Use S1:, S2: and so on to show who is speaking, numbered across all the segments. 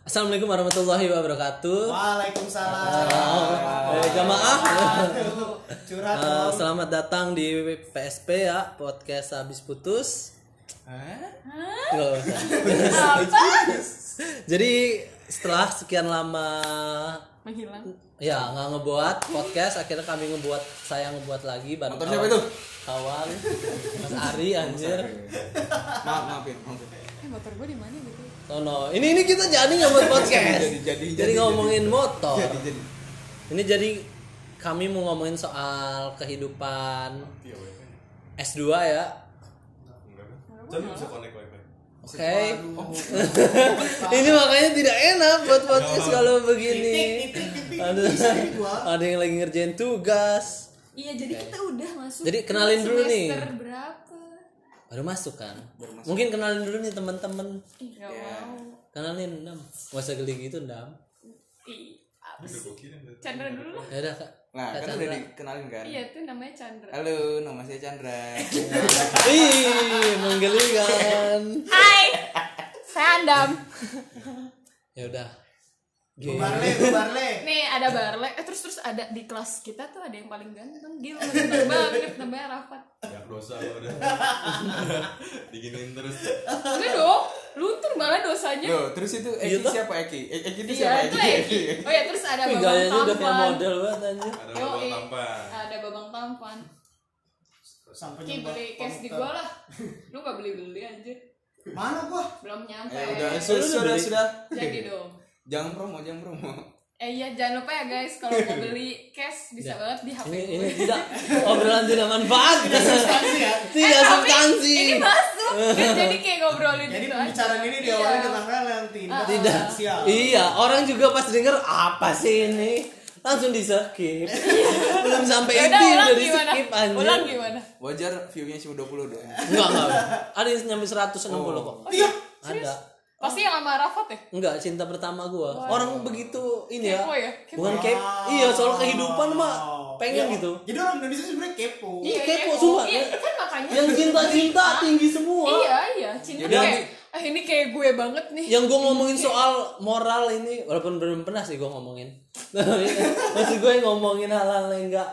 S1: Assalamualaikum warahmatullahi wabarakatuh.
S2: Waalaikumsalam.
S1: Eh, jamaah.
S2: Aduh, Curhat
S1: Eh,
S2: dong.
S1: selamat datang di PSP ya, podcast habis putus. Loh. Jadi setelah sekian lama
S3: menghilang
S1: ya nggak ngebuat podcast, akhirnya kami ngebuat saya ngebuat lagi bareng
S4: Motor siapa itu?
S1: Kawan Mas Ari anjir.
S4: maaf maaf ya maaf ya.
S3: eh motor gue di mana gitu
S1: Oh no. Ini ini kita jadi ngebuat podcast.
S4: Jadi, jadi, jadi,
S1: jadi
S4: jadi.
S1: ngomongin motor.
S4: jadi jadi
S1: Ini jadi kami mau ngomongin soal kehidupan
S5: Iya,
S1: S2 ya.
S5: Tapi bisa connect wifi.
S1: Oke. ini makanya tidak enak buat podcast kalau begini. Ada, ada yang lagi ngerjain tugas.
S3: iya jadi kita udah masuk
S1: Jadi kenalin dulu nih.
S3: semester berapa
S1: Baru masuk kan? Mungkin kenalin dulu nih teman-teman.
S3: Ih, nggak mau
S1: Kenalin Ndam. Gak usah geli gitu Ndam.
S3: Ih, apa sih Chandra dulu lah
S1: Ya udah Kak.
S4: nah
S1: Kak
S4: kan udah
S1: Chandra.
S4: dikenalin kan
S3: iya tuh namanya Chandra
S4: halo nama saya Chandra
S1: Ih, menggelikan.
S3: Hai saya Andam
S1: Ya udah.
S2: Barle, Bu Barle.
S3: nih ada Barle eh terus terus ada di kelas kita tuh ada yang paling ganteng dia ganteng banget namanya Rafat
S5: Ya dosa lo udah. Diginiin terus.
S3: enggak dong luntur malah dosanya
S4: Loh, terus itu
S1: Iya,
S4: Eki
S1: toh?
S4: siapa Eki? E- Eki itu siapa
S3: iya itu Eki oh ya terus ada
S1: Ih,
S3: Babang
S1: gayanya udah kayak
S3: Tampan
S1: model banget anjir.
S5: Ada
S3: Yo,
S5: babak
S3: eh.
S5: tampan.
S3: ada Babang Tampan
S2: Sang
S3: Ki
S2: penyembah
S3: beli cash di
S2: komputer.
S3: gua lah lu gak beli beli anjir
S2: Mana gua?
S3: belum nyampe
S4: Eh, udah,
S1: Eh,
S4: sudah,
S1: lu
S4: sudah,
S1: beli.
S4: sudah.
S3: jadi dong
S4: Jangan promo, jangan promo.
S3: Eh iya jangan lupa ya guys kalau mau beli cash bisa banget di HP
S1: Ini ini
S3: gue.
S1: tidak obrolan tidak manfaat.
S2: Substansi ya.
S1: tidak
S3: Eh, tapi
S1: substansi.
S3: Ini masuk. Kan jadi kayak ngobrolin
S2: Jadi
S3: gitu
S2: pembicaraan
S3: aja.
S2: ini
S3: Iya.
S2: diawali dengan yang tindak
S1: Tidak.
S2: sosial.
S1: Iya, orang juga pas denger apa sih ini? Langsung di skip. Belum sampai
S3: Ya
S1: ini
S3: udah ulang
S1: udah di
S3: gimana?
S1: skip anjir.
S3: Ulang gimana?
S4: Wajar view-nya cuma 20 doang.
S1: Enggak, enggak. Ada yang nyampe 160 kok.
S3: Oh,
S2: Iya.
S1: Ada.
S3: Pasti yang sama Rafat ya?
S1: Enggak, cinta pertama gua. Orang begitu ini ya.
S3: Kepo ya? Kepo.
S1: Bukan kepo. Iya, soal kehidupan mah pengen
S2: Iya.
S1: gitu.
S2: Jadi orang Indonesia sebenarnya kepo.
S1: Iya, kepo semua.
S3: Iya, kan makanya.
S1: Yang cinta-cinta tinggi semua.
S3: Iya, iya. Cinta
S1: Jadi-
S3: kayak ah ini kayak gue banget nih.
S1: yang gue ngomongin soal moral ini walaupun belum pernah sih gue ngomongin maksud gue yang ngomongin hal-hal yang enggak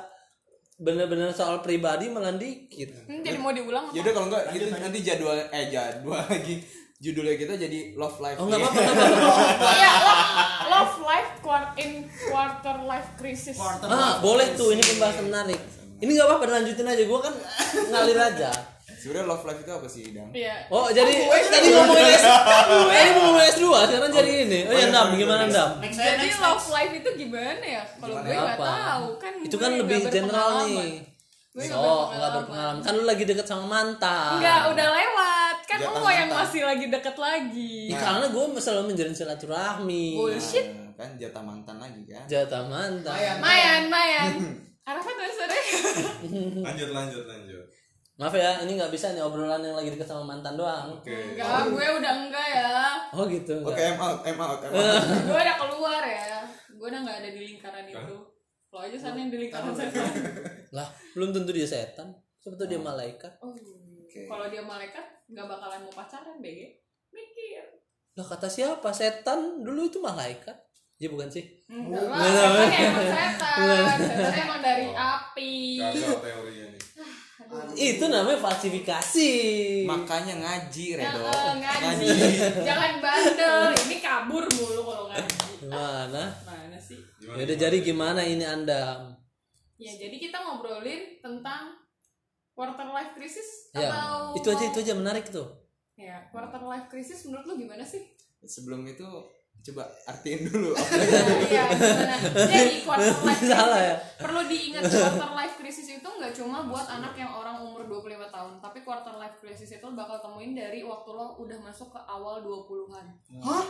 S1: bener-bener soal pribadi malah dikit
S3: Hmm, jadi mau diulang apa?
S4: Yaudah kalau enggak gitu nanti jadwal eh jadwal lagi judulnya kita jadi love life.
S1: oh nggak
S4: Iya.
S1: apa-apa nggak apa-apa.
S3: Iya, love, love life quar- in quarter life crisis.
S2: Quarter
S1: ah boleh tuh ini pembahasan menarik ini nggak apa-apa lanjutin aja gue kan ngalir aja
S4: Sebenarnya love life itu apa sih, Dam?
S3: Iya.
S1: oh jadi tadi ngomongin S tadi mau ngomongin S 2 sekarang jadi ini oh ya
S4: iya,
S1: ndam
S4: sorry,
S1: gimana
S4: sorry.
S1: ndam
S2: Next saya
S3: Jadi
S2: next.
S3: love life itu gimana ya? Kalau gue nggak
S1: Apa?
S3: tahu kan.
S1: itu
S3: gue
S1: kan
S3: nggak
S1: lebih general
S3: berpengalaman.
S1: nih
S3: Gue nggak
S1: oh nggak
S3: berpengalaman.
S1: berpengalaman kan lu lagi deket sama mantan
S3: Enggak, udah lewat. Kan
S4: Jatah
S3: lo yang
S4: mantan.
S3: masih lagi deket lagi.
S1: Ya, karena gue selalu menjalin silaturahmi
S3: Bullshit.
S4: Nah, kan jatah mantan lagi kan.
S1: jatah mantan
S2: Mayan.
S3: Mayan, Mayan. Arafat udah sore.
S5: Lanjut lanjut lanjut.
S1: Maaf ya, ini nggak bisa nih obrolan yang lagi deket sama mantan doang.
S5: Oke.
S3: Enggak, gue udah enggak ya.
S1: Oh gitu.
S4: Oke,
S1: enggak.
S4: I'm out, I'm out, I'm out.
S3: Gue udah keluar ya. Gue udah enggak ada di lingkaran itu. Lo aja sana yang di lingkaran setan.
S1: Lah, belum tentu dia setan. Siapa tahu dia malaikat.
S3: Oh. Kalau dia malaikat enggak bakalan mau pacaran, BG. Mikir.
S1: Lah kata siapa? Setan dulu itu malaikat. Ya bukan sih.
S3: Enggak lah, setan ya emang setan. Setan emang dari api.
S5: Kagak teorinya nih.
S1: Itu namanya falsifikasi.
S4: Makanya ngaji, Redo.
S3: Heeh, ngaji. Jangan bandel. Ini kabur mulu kalau ngaji.
S1: Gimana?
S3: Mana sih?
S1: Ya udah jadi gimana ini Anda?
S3: Ya, jadi kita ngobrolin tentang quarter life crisis
S1: Ya.
S3: atau
S1: Itu aja itu aja menarik tuh.
S3: Ya, quarter life crisis menurut lu gimana sih?
S4: Sebelum itu coba artiin dulu.
S3: Iya, gimana? Jadi quarter life crisis
S1: Salah ya?
S3: perlu diingat quarter life crisis itu nggak cuma buat anak yang orang umur 25 tahun, tapi quarter life crisis itu bakal temuin dari waktu lo udah masuk ke awal 20-an.
S2: Hah?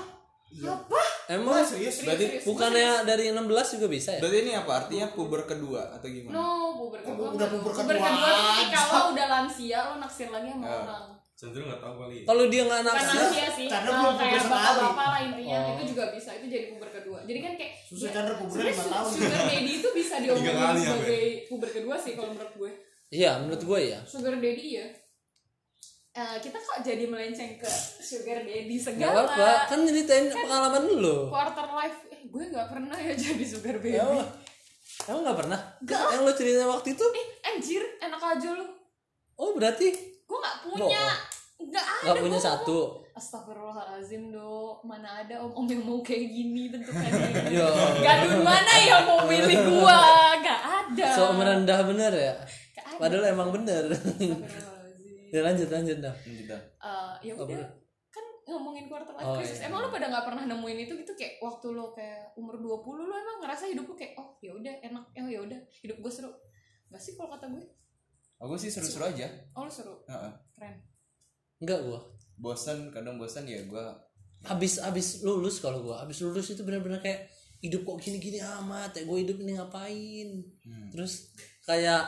S2: Iya.
S1: Emang
S2: Wah, serius.
S3: Berarti
S1: bukannya dari 16 juga bisa ya?
S4: Berarti ini apa artinya puber kedua atau
S1: Iya.
S4: gimana?
S3: No, puber kedua.
S2: Udah puber
S3: Puber
S2: kedua.
S3: kedua tuh ketika lo udah lansia, lo naksir lagi sama
S1: Iya.
S3: orang.
S5: Cenderung nggak tahu kali.
S1: Kalau dia nggak
S3: Bukan
S1: naksir,
S3: lansia sih,
S2: Karena
S3: kalau
S2: belum
S3: kayak
S2: puber sekali.
S3: bapak-bapak lah intinya
S1: Oh.
S3: itu juga bisa, itu jadi puber kedua. Jadi kan kayak
S2: Susah
S3: ya,
S2: Chandra pubernya
S3: sebenarnya
S2: 5 tahun.
S3: Sugar daddy itu bisa
S5: Tiga
S3: diomongin
S5: kali ya,
S3: sebagai puber kedua sih kalau menurut gue.
S1: iya menurut gue ya.
S3: Sugar daddy ya. eh, kita kok jadi melenceng ke sugar daddy
S1: Gak
S3: segala
S1: apa-apa, kan nyeritain pengalaman lu.
S3: quarter life eh gue nggak pernah ya jadi sugar baby
S1: Emang, emang gak pernah?
S3: Gak.
S1: Yang lu ceritain waktu itu?
S3: eh anjir enak aja lu
S1: Oh berarti
S3: gue nggak punya nggak ada
S1: gak punya
S3: gua ngomong.
S1: satu.
S3: Astagfirullahalazim do mana ada om om yang mau kayak gini bentukannya
S1: Yo.
S3: gadun mana yang mau milih gua nggak ada
S1: So merendah bener ya.
S3: Nggak ada.
S1: Padahal emang bener.
S3: Astagfirullahalazim.
S1: ya lanjut lanjut dah.
S4: Gitu.
S3: Eh, ya udah
S1: boleh.
S3: kan ngomongin quarter life
S1: Oh,
S3: crisis
S1: iya.
S3: emang lu pada nggak pernah nemuin itu gitu kayak waktu lo kayak umur 20 lu emang ngerasa hidup lu kayak oh ya udah enak oh ya udah hidup gue seru Gak sih kalau kata gue
S4: Aku sih seru-seru aja.
S3: oh lu seru
S4: Heeh.
S3: keren
S1: Enggak gua.
S4: Bosan, kadang bosan ya gua
S1: Abis abis lulus kalau gua, abis lulus itu bener-bener kayak hidup kok gini-gini amat ya gue hidup ini ngapain terus kayak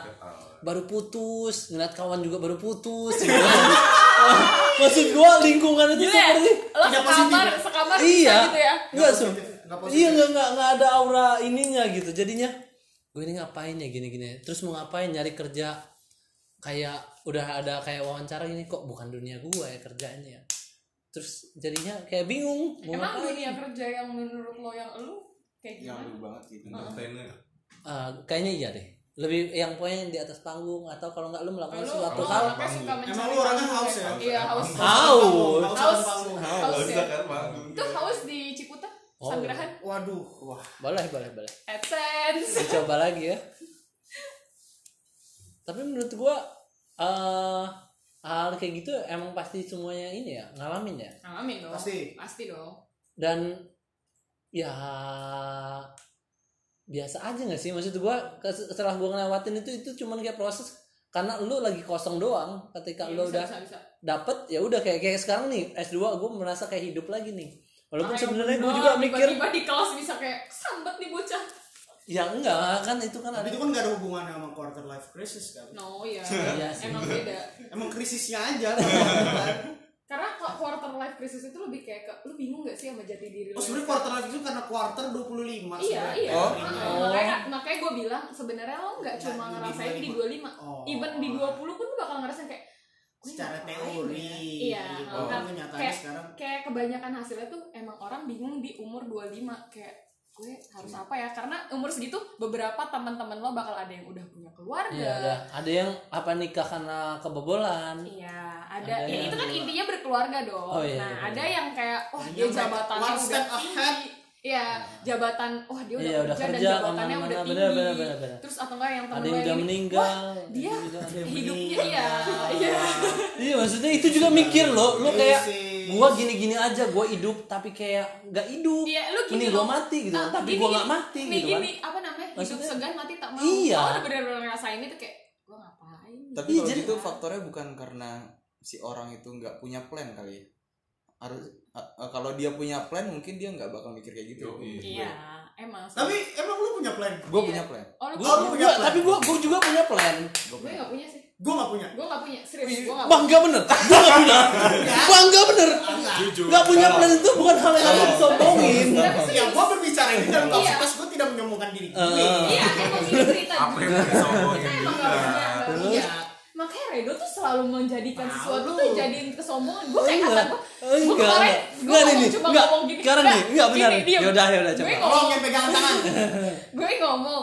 S1: baru putus ngeliat kawan juga baru putus gitu. maksud gua lingkungan itu
S3: ya?
S1: seperti
S3: Eh, lo
S2: Tidak
S3: sekamar
S2: positif
S3: sekamar
S1: iya
S3: bisa gitu ya
S1: nggak
S2: Nggak
S1: sum
S2: positif, nggak positif.
S1: iya nggak nggak nggak ada aura ininya gitu jadinya gue ini ngapain ya gini gini terus mau ngapain nyari kerja kayak udah ada kayak wawancara gini kok bukan dunia gue ya kerjanya terus jadinya kayak bingung mau
S3: emang
S1: ngapain
S3: dunia kerja yang menurut lo yang lu kayak
S4: yang
S3: gimana
S4: lu banget gitu.
S5: entertainnya
S1: Ah, kayaknya iya deh lebih yang poin di atas panggung atau kalau nggak lu melakukan
S3: Lu-
S1: suatu
S3: oh,
S1: hal
S3: anaknya suka
S5: Emang
S3: mencari
S2: lu orangnya
S3: panggung
S2: haus ya?
S3: iya haus
S1: Haus.
S3: Haus.
S2: Haus.
S5: Gak
S3: haus
S5: usah
S3: ya
S5: kan manggung
S3: itu haus di Ciputa
S1: Oh.
S3: Sanggerahan
S2: Waduh, wah.
S1: boleh boleh boleh
S3: AdSense
S1: dicoba lagi ya tapi menurut gua eh hal kayak gitu emang pasti semuanya ini ya ngalamin ya
S3: Ngalamin Nah, dong.
S2: Pasti.
S3: Pasti dong.
S1: dan ya biasa aja gak sih maksud gua kes- setelah gua ngelewatin itu itu cuman kayak proses karena lu lagi kosong doang ketika
S3: Iya,
S1: lu
S3: bisa,
S1: udah
S3: bisa, bisa.
S1: dapet ya udah kayak kayak sekarang nih S2 gua merasa kayak hidup lagi nih walaupun
S3: Makanya
S1: sebenarnya gua
S3: bener,
S1: juga mikir
S3: tiba-tiba di kelas bisa kayak sambat nih bocah.
S1: ya enggak kan itu kan ada
S2: Tapi itu kan gak ada hubungannya sama quarter life crisis kan.
S3: No, ya.
S1: Iya sih.
S3: Emang beda.
S2: Emang krisisnya aja. kan?
S3: Iya. Karena kalau quarter life crisis itu lebih kayak ke, lu bingung gak sih sama jati diri lu?
S2: oh sebenarnya quarter life itu karena quarter 25
S3: Iya,
S2: sebenarnya.
S3: iya.
S4: Oh.
S3: Ah, Makanya makanya gue bilang sebenarnya lo nggak
S2: Nggak,
S3: cuma
S2: di
S3: ngerasain di 25.
S2: 25. Oh.
S3: Even di 20 pun lu bakal ngerasain kayak "Gue
S2: Secara
S3: ngapain
S2: teori.
S3: ya?" Iya.
S2: gitu.
S3: nah,
S2: Tapi nyatanya
S3: kayak,
S2: sekarang
S3: kayak kebanyakan hasilnya tuh emang orang bingung di umur 25 kayak gue harus apa ya karena umur segitu beberapa teman-teman lo bakal ada yang udah punya keluarga
S1: Iya, ada. ada yang apa nikah karena kebobolan.
S3: Iya,
S1: Ada
S3: ada. ya
S1: yang
S3: itu kan
S1: dua.
S3: intinya berkeluarga dong.
S1: Oh, iya,
S3: nah,
S1: iya,
S3: ada yang kayak wah
S2: Jadinya
S3: dia
S2: mereka
S3: jabatannya
S2: one
S3: udah
S2: step ahead.
S3: tinggi. Iya, jabatan wah dia udah
S1: Nah. Iya, udah kerja,
S3: kerja, dan jabatannya
S1: kemana-mana.
S3: udah tinggi.
S1: Bener, bener, bener, bener.
S3: Terus atau enggak yang temen
S1: Ada yang
S3: lo
S1: udah
S3: ini,
S1: meninggal.
S3: Wah, dia
S1: Ada yang
S3: hidupnya
S2: meninggal.
S3: iya, iya.
S1: Iya, maksudnya itu juga mikir loh. Lu kayak
S2: Krisis.
S1: gua gini-gini aja, gua hidup tapi kayak nggak hidup.
S3: Iya, lu gini
S1: Mending gua
S3: loh.
S1: mati gitu.
S3: Ah,
S1: kan. tapi
S3: gini,
S1: gua
S3: gini.
S1: nggak mati
S3: Nih,
S1: gitu kan.
S3: gini, apa namanya?
S1: Maksudnya-
S3: hidup segan mati tak mau.
S1: Iya.
S3: Lo udah bener-bener ngerasain itu kayak gua ngapain?
S4: Tapi
S1: Iya,
S4: kalau
S1: jadi-
S4: gitu faktornya bukan karena si orang itu nggak punya plan kali. ya. Harus a- a- kalau dia punya plan mungkin dia nggak bakal mikir kayak gitu.
S5: Yoi.
S3: Iya, emang.
S2: Tapi emang lu punya plan?
S4: Gue
S3: Iya.
S4: punya plan.
S3: oh, lu,
S1: Gua,
S2: lu
S1: gua-
S2: punya plan.
S1: tapi gua gua juga punya plan.
S4: Gue
S3: gue
S4: punya.
S3: nggak punya sih.
S2: Gue gak punya.
S3: Gue nggak punya,
S1: Iya,
S3: serius. Gue nggak punya.
S1: Bangga bener. Gua nggak punya. Bangga bener.
S5: Jujur.
S1: Nggak punya plan itu bukan hal yang harus disombongin.
S3: Tapi
S2: Ya
S3: serius.
S2: gue berbicara ini dalam
S3: Iya.
S2: kapasitas gue tidak menyombongkan diri gue.
S3: Iya, emang ini cerita.
S5: Apa yang disombongin
S3: Saya emang gak punya,
S5: kita?
S3: gak
S1: Nah, Terus?
S3: punya. Makanya Redo tuh selalu menjadikan
S2: Malu.
S3: sesuatu tuh jadiin kesombongan. Gue kayak kata
S1: Enggak.
S3: gue, gue
S1: Oh, Enggak. Enggak
S3: kemarin gue
S1: nih.
S3: ngomong cuma
S1: Enggak.
S3: ngomong gini.
S1: Sekarang nih. Enggak benar.
S3: gini, diem.
S1: Ya udah, ya udah
S3: Gue
S1: coba.
S2: Tolong yang pegangan tangan.
S3: Gue ngomong,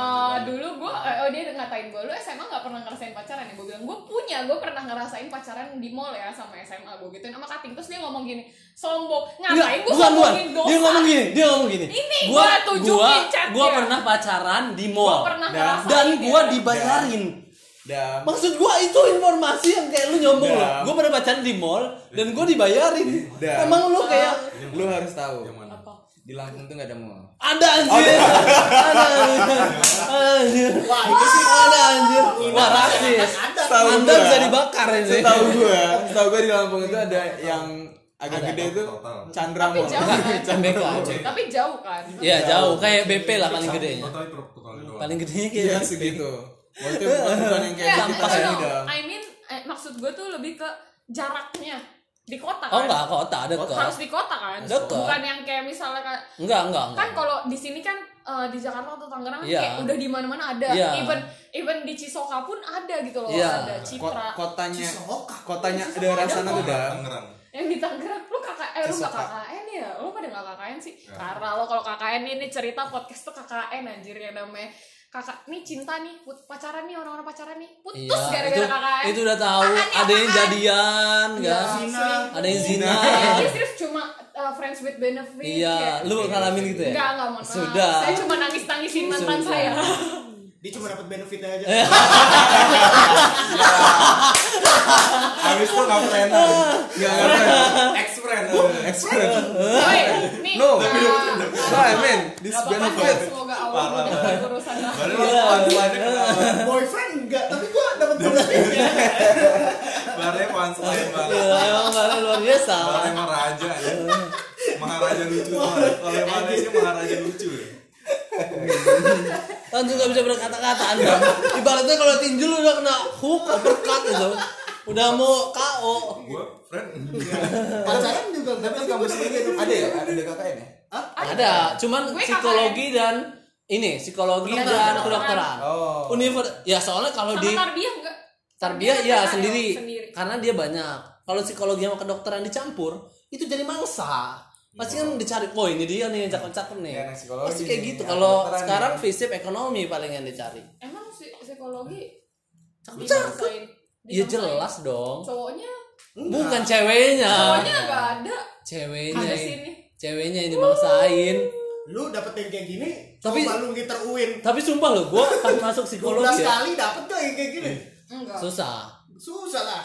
S3: eh, dulu gue, eh, oh dia ngatain gue, lu SMA gak pernah ngerasain pacaran ya? Gue bilang, gue punya, gue pernah ngerasain pacaran di mall ya sama SMA Gue gituin sama Kating, terus dia ngomong gini, sombong,
S1: Enggak,
S3: ngatain
S1: bukan,
S3: gue
S1: bukan.
S3: sombongin dosa
S1: Dia ngomong gini, dia ngomong gini.
S3: Ini gua tunjukin chatnya.
S1: gua pernah pacaran di
S3: Gue
S1: mall.
S3: pernah
S4: Dan-
S3: ngerasain
S1: Dan
S3: ya.
S1: gua dibayarin.
S4: Dan
S1: Maksud gua itu informasi yang kayak lu nyombong
S4: Dan-
S1: loh. Gua pernah pacaran di mall dan gua dibayarin.
S4: Dan-
S1: Emang lu kayak
S4: lu harus tahu.
S5: Yang mana?
S3: Apa?
S4: Di Lampung tuh nggak ada mall.
S1: ada anjir. Ada anjir. Anjir.
S2: Wah, itu sih
S1: Ada anjir. Wah, rasis.
S2: ada.
S4: Tahu
S1: Anda
S4: gua.
S1: bisa dibakar ini.
S4: Setahu gue, setahu gue di Lampung itu ada yang agak
S1: Ada.
S4: gede tuh
S5: Total.
S4: Chandra
S3: Tapi
S4: Mall.
S3: jauh kan?
S1: Candeka aja.
S3: Tapi jauh kan?
S1: Ya jauh kayak BP lah paling gedenya.
S5: Totalnya per- totalnya doang.
S1: Paling gedenya
S4: Iya
S1: kayak gitu.
S4: segitu. Maksudnya bukan bukan yang kayak
S3: Iya,
S4: kita
S3: no,
S4: ini
S3: no.
S4: dah.
S3: I mean, eh, maksud gue tuh lebih ke jaraknya. di kota
S1: oh
S3: kan?
S1: enggak kota dekat
S3: harus di kota kan
S1: Dekat.
S3: bukan yang kayak misalnya kayak-
S1: enggak enggak enggak
S3: kan kalau di sini kan eh, di Jakarta atau Tangerang
S1: Iya.
S3: kayak udah di mana-mana ada
S1: Iya.
S3: even even di Cisoka pun ada gitu loh
S1: Iya.
S3: ada
S4: Ko-
S3: Citra
S4: kotanya
S2: Cisoka.
S4: kotanya
S3: Cisoka
S4: daerah
S3: ada
S4: sana
S3: kok.
S4: tuh Bang.
S5: Tangerang.
S3: yang di Tangerang lu kakak eh lu nggak
S4: Cisoka.
S3: KKN ya lu pada nggak KKN sih
S1: Ya.
S5: Nggak.
S3: karena lo kalau KKN ini cerita podcast tuh KKN anjir yang namanya kakak nih cinta nih put- pacaran nih orang-orang pacaran nih putus
S1: iya itu
S3: gara-gara KKN
S1: itu udah tahu
S3: Kakaknya
S1: ada yang
S3: apaan?
S1: jadian
S3: Iya.
S1: kan
S2: Zina.
S1: ada yang zina
S3: Jadi serius cuma uh, friends with benefit
S1: iya
S3: kayak-
S1: lu ngalamin gitu ya
S3: Enggak, enggak, mohon maaf.
S1: Sudah.
S3: Saya cuma nangis-nangisin mantan
S1: Sudah.
S3: saya.
S2: Dia cuma dapat benefit aja.
S5: Habis itu nggak friend.
S4: Enggak enggak.
S5: Ex friend.
S4: Ex friend.
S3: Woi, nih.
S4: No.
S3: uh,
S4: No, I mean this
S3: nggak apa-apa,
S4: benefit.
S3: Semoga Allah
S5: Parah.
S3: mudahkan urusan lah.
S5: Baru
S4: Iya.
S5: lo panselannya kenapa?
S2: Boyfriend enggak, tapi gua dapat benefit.
S5: Barunya panselan banget.
S1: Iya, emang Farel luar biasa
S5: Barunya maharaja ya. Maharaja lucu. Kalau yang mana sih maharaja lucu. ya?
S1: kan juga bisa berkata-kata anda ibaratnya kalau tinju lu udah kena hook uppercut itu udah mau KO
S5: Gue friend.
S2: Pacaran juga enggak, tapi
S4: Tapi di
S2: gua dapat
S4: kampus sendiri
S2: benefit.
S4: ada ya? Ada di KKN ya?
S2: Hah?
S1: ada cuman
S3: Gue ya?
S1: psikologi dan ini psikologi
S3: Kedokteran.
S1: dan kedokteran
S4: Oh.
S1: Univers ya soalnya kalau di
S3: Sama Tarbiyah enggak?
S1: tarbiyah
S3: Tarbiyah
S1: ya
S3: kan
S1: sendiri.
S3: sendiri.
S1: karena dia banyak kalau psikologi sama kedokteran dicampur itu jadi mangsa pasti kan dicari oh ini dia nih yang cakep-cakep nih
S4: Iya, yang psikologi
S1: pasti kayak
S4: nih,
S1: gitu
S4: yang
S1: kalau
S4: kedokteran
S1: sekarang
S4: nih.
S1: fisip ekonomi paling yang dicari
S3: Emang psi- psikologi
S1: cakep
S3: dibangsain?
S1: ya
S3: Dibangsain.
S1: jelas dong
S3: Cowoknya,
S1: bukan ceweknya
S3: cowoknya enggak ada.
S1: ceweknya
S3: Ada
S1: ini-
S3: sini.
S1: ceweknya ini maksain
S2: Lu dapat yang kayak gini,
S1: Tapi-
S2: coba lu ngiter uin.
S1: tapi sumpah loh gue pas masuk
S2: 12
S1: psikologi ya,
S2: kali dapat tuh yang kayak gini.
S3: Enggak.
S1: susah
S2: Susah lah.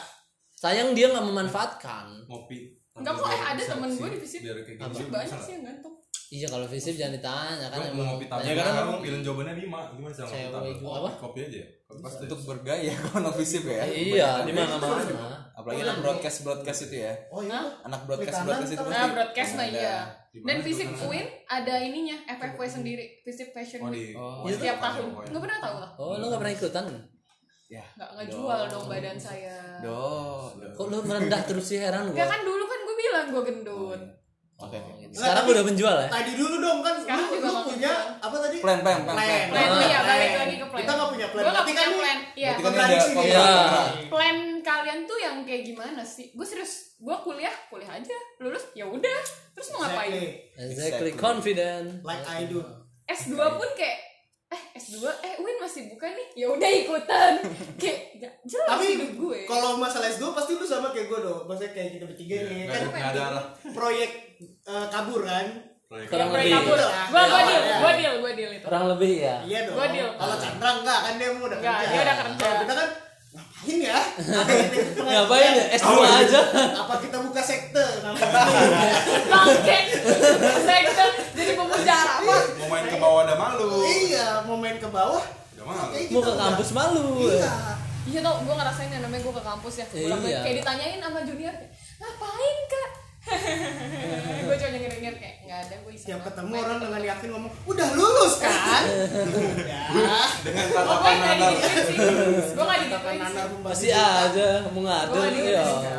S1: sayang dia nggak memanfaatkan
S5: Ngopi.
S3: Enggak kok, eh, ada temen gue di fisip.
S5: Biar kayak gitu.
S1: Apa?
S5: gini.
S3: Banyak sih yang gantung.
S1: iya kalau fisip jangan ditanya kan
S5: Gue
S1: emang
S5: mau ngopi
S1: banyak
S5: tablet.
S1: orang-
S5: Karena kamu pilihin jawabannya lima. Gimana cara ngopi
S1: Cewek
S5: tablet?
S1: gua apa?
S5: Kopi aja. ya? Kopi pasti.
S4: Untuk bergaya kalau non fisip ya.
S1: iya di
S4: Kebanyakan.
S1: mana mana
S4: Apalagi anak broadcast broadcast itu ya.
S2: Oh iya.
S4: Anak broadcast
S2: Perikanan,
S4: broadcast itu
S2: terus-
S4: pasti
S3: Nah, broadcast mah
S4: ada.
S3: iya.
S5: Di
S3: Dan
S5: mana
S3: Visip
S5: tuh?
S3: Win ada ininya, FFW sendiri, Visip Fashion
S5: Oh,
S3: Week.
S5: di-
S4: Oh,
S5: di-
S3: Setiap
S5: di-
S3: tahun.
S5: di-
S3: Enggak pernah tahu lah.
S1: oh lu nggak pernah ikutan
S4: Ya.
S3: Enggak ngejual dong badan saya.
S4: Do. do.
S1: kok lu merendah terus sih heran gue
S3: Enggak kan dulu kan gue bilang gue gendut.
S4: Oke.
S1: sekarang udah menjual ya
S2: Tadi dulu dong kan
S3: Sekarang
S2: lu,
S3: juga
S2: lu
S3: nggak
S2: punya apa tadi?
S4: Plan plan plan
S2: Plan.
S4: plan.
S3: Plan
S1: Ah,
S3: iya, balik
S2: plan.
S3: lagi ke plan.
S2: Kita nggak punya plan.
S3: Gue nggak
S2: Berarti
S3: punya
S2: kan lu-
S3: plan. Iya.
S4: Berarti kan ini ada
S2: Kontradiksi nih.
S1: Iya.
S3: Plan kalian tuh yang kayak gimana sih? Gue serius, gue kuliah, kuliah aja. Lulus ya udah. Terus mau
S2: Exactly.
S3: ngapain?
S1: exactly
S4: Exactly.
S1: confident
S2: Like I do.
S3: S2 pun kayak eh S2 eh Win masih buka nih. Ya udah ikutan. kayak nggak jelas
S2: Tapi
S3: hidup gue.
S2: kalau masalah S2 pasti lu sama kayak gue dong. Maksudnya kayak kita bertiga
S5: Iya,
S2: nih.
S5: nggak
S2: Kan
S5: ada- nggak ada arah
S2: proyek eh, kabur kan?
S5: proyek.
S1: Kurang
S3: Gue
S1: lebih.
S3: kabur
S2: Iya.
S3: Gue gue deal,
S2: Iya.
S3: gue deal, gue deal itu.
S1: kurang lebih ya
S2: Iya dong.
S3: Gua deal.
S2: Kalau Chandra enggak kan dia mau udah
S3: Enggak,
S2: kerja.
S3: dia udah kerja.
S2: Kalau kita kan ngapain ya? Ngapain ini?
S1: ngapain ya S2 aja
S2: Apa kita buka sekte?
S3: Bangke. Saya kita jadi pemujara. Wah,
S5: mau main ke bawah ada malu
S2: iya, mau main ke bawah.
S5: udah malu
S2: kayak
S1: mau
S2: kita
S1: ke
S2: udah-
S1: kampus malu
S2: Iya.
S3: Iya tau, gue ngerasain yang namanya gue ke kampus ya sebulan
S1: Iya.
S3: Kayak ditanyain sama junior, kayak, ngapain kak? gue cuma denger denger kayak nggak ada gue iseng.
S2: Tiap ketemu
S3: Main
S2: orang
S3: ketemu.
S2: dengan yakin ngomong, "Udah lulus kan?" Ya. Udah.
S5: dengan
S3: Oh, gue
S5: tatapan
S3: nggak
S5: nanar
S3: digituin sih. Gue nggak
S2: Kata
S3: digituin
S2: Nanar
S3: sih.
S2: pembantu.
S1: pasti aja mau ngatur
S3: Gua
S1: ya
S3: ini.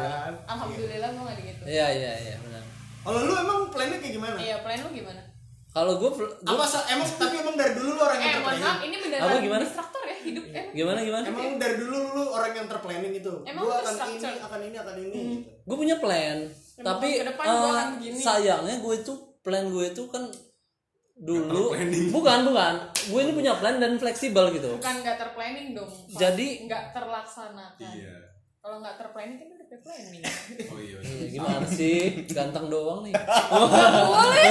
S3: Alhamdulillah gue nggak digituin.
S1: iya iya iya benar
S2: Kalau lu emang plannya kayak gimana?
S3: Iya, plan lu gimana?
S1: kalau gue
S2: Apa se- emang tapi emang dari dulu lu orang yang
S3: Eh, mohon
S2: terplanning?
S3: maaf, ini beneran
S1: Apa gimana?
S3: instruktur ya hidup eh.
S1: gimana gimana
S2: Emang dari dulu lu orang yang terplanning itu.
S3: Emang
S2: gua
S3: lu
S2: akan ini,
S3: structure.
S2: akan ini, akan ini. gitu.
S1: gue punya plan
S3: Emang
S1: tapi
S3: ke depan gua
S1: eh,
S3: akan begini.
S1: sayangnya gue itu plan gue itu kan dulu
S5: terplanning.
S1: bukan bukan gue ini punya plan dan fleksibel gitu
S3: Bukan nggak terplanning dong. Pak.
S1: Jadi-
S3: nggak terlaksanakan.
S5: iya
S3: Kalau nggak terplanning kan udah terplanning.
S5: oh iya
S1: Iya, gimana sih ganteng doang nih
S3: Gak boleh,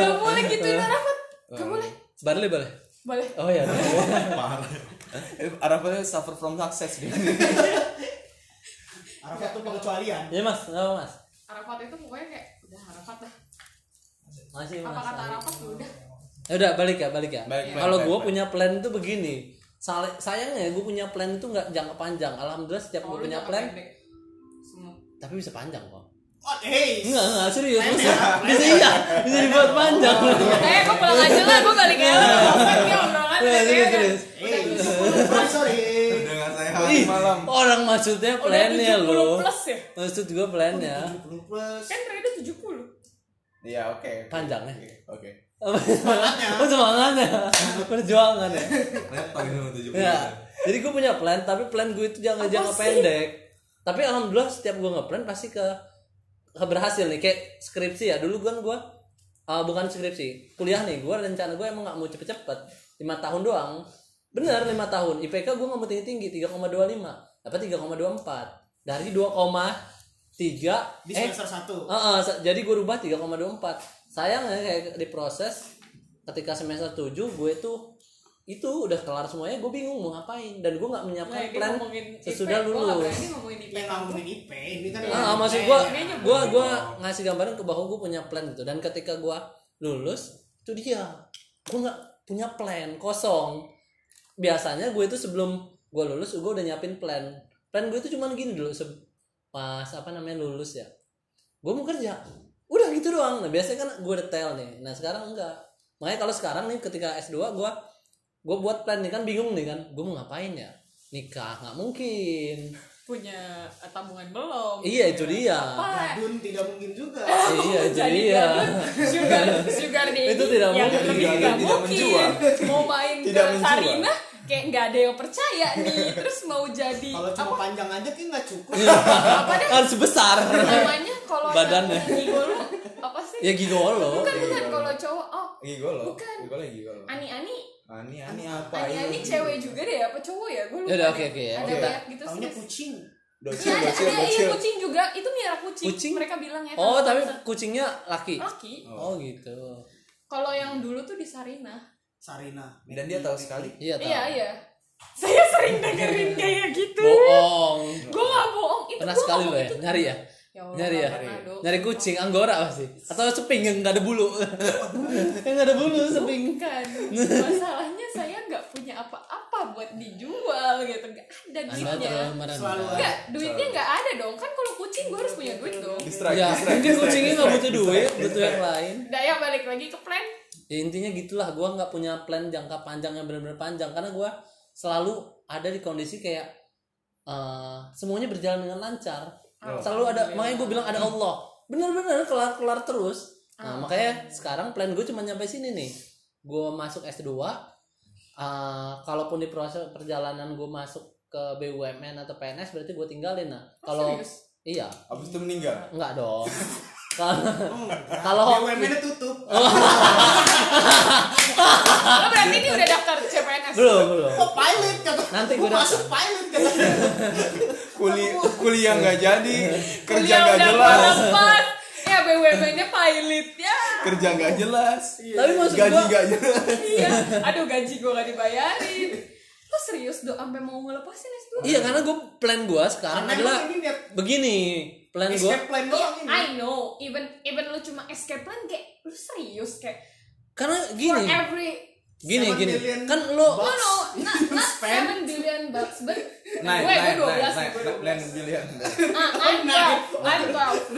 S3: gak boleh gituin Arafat. Gak Iya. boleh,
S1: boleh boleh
S3: boleh.
S1: oh ya
S5: parah
S4: Eh, Arafatnya suffer from success dia.
S2: Arafat tuh pengecualian.
S1: ya mas apa mas
S3: Arafat itu pokoknya kayak udah Arafat dah.
S1: masih
S3: Apa
S1: mas
S3: kata Arafat ya udah.
S1: Ya udah balik ya balik ya
S4: Balik, balik,
S1: kalau
S4: balik,
S1: gue
S4: balik.
S1: punya plan itu begini Sal- sayangnya gue punya plan itu nggak jangka panjang alhamdulillah setiap
S3: Kalau
S1: gue
S3: Oh, lu
S1: punya
S3: jangka
S1: plan
S3: pendek. Semua.
S1: tapi bisa panjang kok
S2: Oh, hey.
S1: enggak enggak serius bisa bisa iya bisa dibuat panjang
S3: Eh, gue pulang aja lah, gue balik aja. Gue
S1: Iya, serius, serius.
S2: Hey, sorry.
S5: dengan saya tadi malam.
S1: Orang maksudnya
S3: Udah
S1: plannya
S3: 70
S1: loh.
S3: plus ya?
S1: Maksud gue
S3: Oh,
S1: plannya
S2: 70 plus.
S3: Kan trade 70.
S4: Iya, oke. oke.
S1: panjang ya.
S4: Oke.
S1: Oh, semangatnya. Perjuangan ya.
S5: Laptop ini sama
S2: Iya.
S5: 70.
S1: Ya. Jadi gue punya plan, tapi plan gue itu jangan jangka pendek. Tapi alhamdulillah setiap gue ngeplan pasti ke, ke berhasil nih. Kayak skripsi ya. Dulu kan gue ah, bukan skripsi, kuliah nih. Gue rencana gue emang nggak mau cepet-cepet. 5 tahun doang. Bener 5 tahun. IPK gue nggak mau tinggi-tinggi. 3,25. Dapat 3,24. Dari 2,3
S2: Di
S1: eh,
S2: semester 1.
S1: Heeh, sa- jadi gue rubah 3,24. Sayangnya kayak diproses ketika semester 7 gue tuh itu udah kelar semuanya gue bingung mau ngapain dan gue nggak menyiapkan
S3: Nah, dia
S1: plan
S3: ngomongin
S1: sesudah
S3: IP, gua nggak
S1: lulus.
S3: berani ngomongin IP.
S2: Ya nggak mungkin IP, ini kan.
S1: Ah, ah,
S2: IP.
S1: maksud gue
S3: Kayaknya
S1: gue gue ngasih gambaran ke bahwa gue punya plan gitu dan ketika gue lulus itu dia gue nggak punya plan kosong biasanya gue itu sebelum gue lulus gue udah nyiapin plan plan gue itu cuman gini dulu se- pas apa namanya lulus ya gue mau kerja udah gitu doang nah biasanya kan gue detail nih nah sekarang enggak makanya kalau sekarang nih ketika S2 gue gue buat plan nih kan bingung nih kan gue mau ngapain ya nikah nggak mungkin
S3: Punya eh, tabungan belum?
S1: iya itu dia
S3: Apa?
S2: Gadun tidak mungkin juga.
S1: iya itu
S3: Jadi
S1: dia
S3: gadun, sugar sugar daddy
S1: Itu tidak
S3: yang
S1: mungkin.
S3: lebih
S5: Tidak-
S3: nggak
S5: tidak menjual.
S3: mungkin mau main
S4: Tidak
S3: ke
S4: menjual.
S3: Sarina kayak nggak ada yang percaya nih terus mau jadi
S2: Kalau cuma panjang aja kayak nggak cukup.
S3: apa deh
S1: harus besar
S3: namanya kalau anak
S1: Badannya.
S3: gigolo apa sih
S1: ya gigolo
S3: bukan bukan kalau cowok oh
S5: Gigolo.
S3: Bukan.
S5: Gigolo ya gigolo.
S3: ani ani
S5: Ani ani apa?
S3: ani ani cewek juga deh apa cowok ya gue lupa
S1: Yaudah,
S3: deh.
S1: oke, oke, ya.
S3: ada
S1: Kita-
S3: kayak gitu
S2: Tahunya
S3: sih
S2: kucing.
S5: Docil
S3: Ya, ada,
S5: docil
S3: ada iya
S5: docil.
S3: kucing juga itu miara kucing.
S1: Kucing?
S3: mereka bilang ya
S1: oh
S3: tanpa
S1: tapi
S3: alasan.
S1: kucingnya laki
S3: laki
S1: oh gitu
S3: kalau yang dulu tuh di Sarina
S2: Sarina.
S4: Dan dia tahu sekali.
S1: iya tahu
S3: iya iya saya sering dengerin kayak gitu
S1: bohong
S3: gue gak bohong itu
S1: pernah
S3: gua
S1: sekali lo
S3: ngomong
S1: ya
S3: itu.
S1: nyari ya
S3: ya Allah,
S1: nyari ya
S3: nggak pernah, Dok.
S1: nyari kucing anggora pasti atau seping yang nggak ada bulu yang nggak ada bulu seping
S3: bukan masalahnya saya nggak punya apa-apa buat dijual gitu nggak ada
S1: anda
S3: duitnya
S1: terlalu merendah
S2: Selalu ada.
S3: nggak duitnya nggak ada dong kan kalau kucing gue harus punya duit dong
S5: Distract,
S1: ya
S5: distract,
S1: mungkin
S5: distract,
S1: kucingnya nggak
S5: distract,
S1: butuh
S5: distract,
S1: duit butuh yang
S5: distract.
S1: lain
S3: Daya balik lagi ke plan
S1: ya intinya gitulah gue nggak punya plan jangka panjang yang benar-benar panjang karena gue selalu ada di kondisi kayak eh, semuanya berjalan dengan lancar
S5: Oh.
S1: selalu ada makanya gue bilang ada Allah bener-bener kelar kelar terus nah, makanya sekarang plan gue cuma nyampe sini nih gue masuk S 2 Eh, kalaupun di proses perjalanan gue masuk ke BUMN atau PNS berarti gue tinggalin nah kalau
S3: serius?
S1: iya
S5: Abis itu meninggal.
S1: nggak dong Kalau-
S2: Oh, enggak.
S1: Kalau-
S2: BUMN-nya tutup.
S3: Lo Oh, berarti ini udah daftar CPNS
S1: Ah, iya, belum belum
S2: Kok Oh, pilot kata.
S1: Nanti
S2: gua
S1: gua daftar.
S2: masuk pilot kata.
S5: Kuliah kuliah nggak jadi, kerja
S3: Kuliah
S5: nggak
S3: Iya, udah
S5: jelas,
S3: berempat. ya BUMN nya pilot ya
S5: kerja nggak jelas,
S1: tapi maksud
S5: gaji
S1: gue
S5: nggak jelas.
S3: iya aduh gaji gue gak dibayarin lo serius dong sampai mau ngelepasin S2
S1: Iya karena gue plan gue sekarang
S2: Karena
S1: adalah
S2: emang ini niat
S1: begini plan gue
S2: escape plan doang ini.
S3: I know even even lu cuma escape plan kayak lu serius kayak
S1: karena
S3: for
S1: gini
S3: every
S1: gini
S2: Seven
S1: gini
S2: million
S1: kan lo
S3: no no not, not
S2: Spend.
S3: 7 billion bucks but
S5: Naik,
S3: gue
S5: naik,
S3: gue 12
S5: naik,
S3: gue
S5: naik,
S3: 12
S5: naik, bilian.
S3: Ah, I'm 12 I'm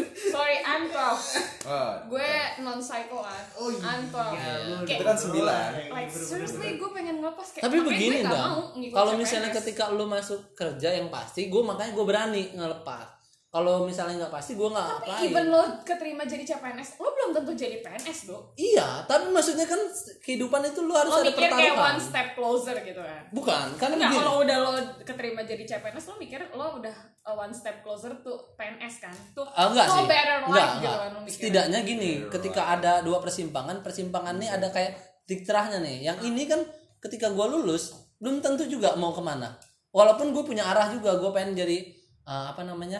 S3: 12 sorry I'm 12
S5: Wah,
S3: gue non psychoan
S2: Oh iya.
S3: I'm 12 kayak
S5: Itu kan sembilan.
S3: like seriously gue pengen ngelepas kayak
S1: tapi
S3: makanya
S1: begini
S3: gue gak
S1: dong
S3: mau ngikut
S1: kalau
S3: CPNS.
S1: misalnya ketika lo masuk kerja yang pasti gue makanya gue berani ngelepas kalau misalnya nggak pasti gue nggak
S3: tapi
S1: ngapain
S3: even lo keterima jadi CPNS lo belum tentu jadi PNS dong
S1: iya tapi maksudnya kan kehidupan itu lo harus
S3: lo
S1: ada
S3: mikir kayak one
S1: pertaruhan
S3: step closer gitu kan
S1: bukan karena
S3: Enggak,
S1: begini
S3: kalau udah lo keterima jadi CPNS lo mikir lo udah uh, one step closer tuh PNS kan tuh
S1: Ah, enggak
S3: to
S1: sih.
S3: a better life
S1: enggak,
S3: gitu
S1: enggak.
S3: kan lo mikir
S1: Setidaknya gini, ketika ada dua persimpangan, persimpangan ini ada kayak titik terahnya nih. Yang ini kan ketika gua lulus, belum tentu juga mau kemana. Walaupun gue punya arah juga, gue pengen jadi eh, apa namanya?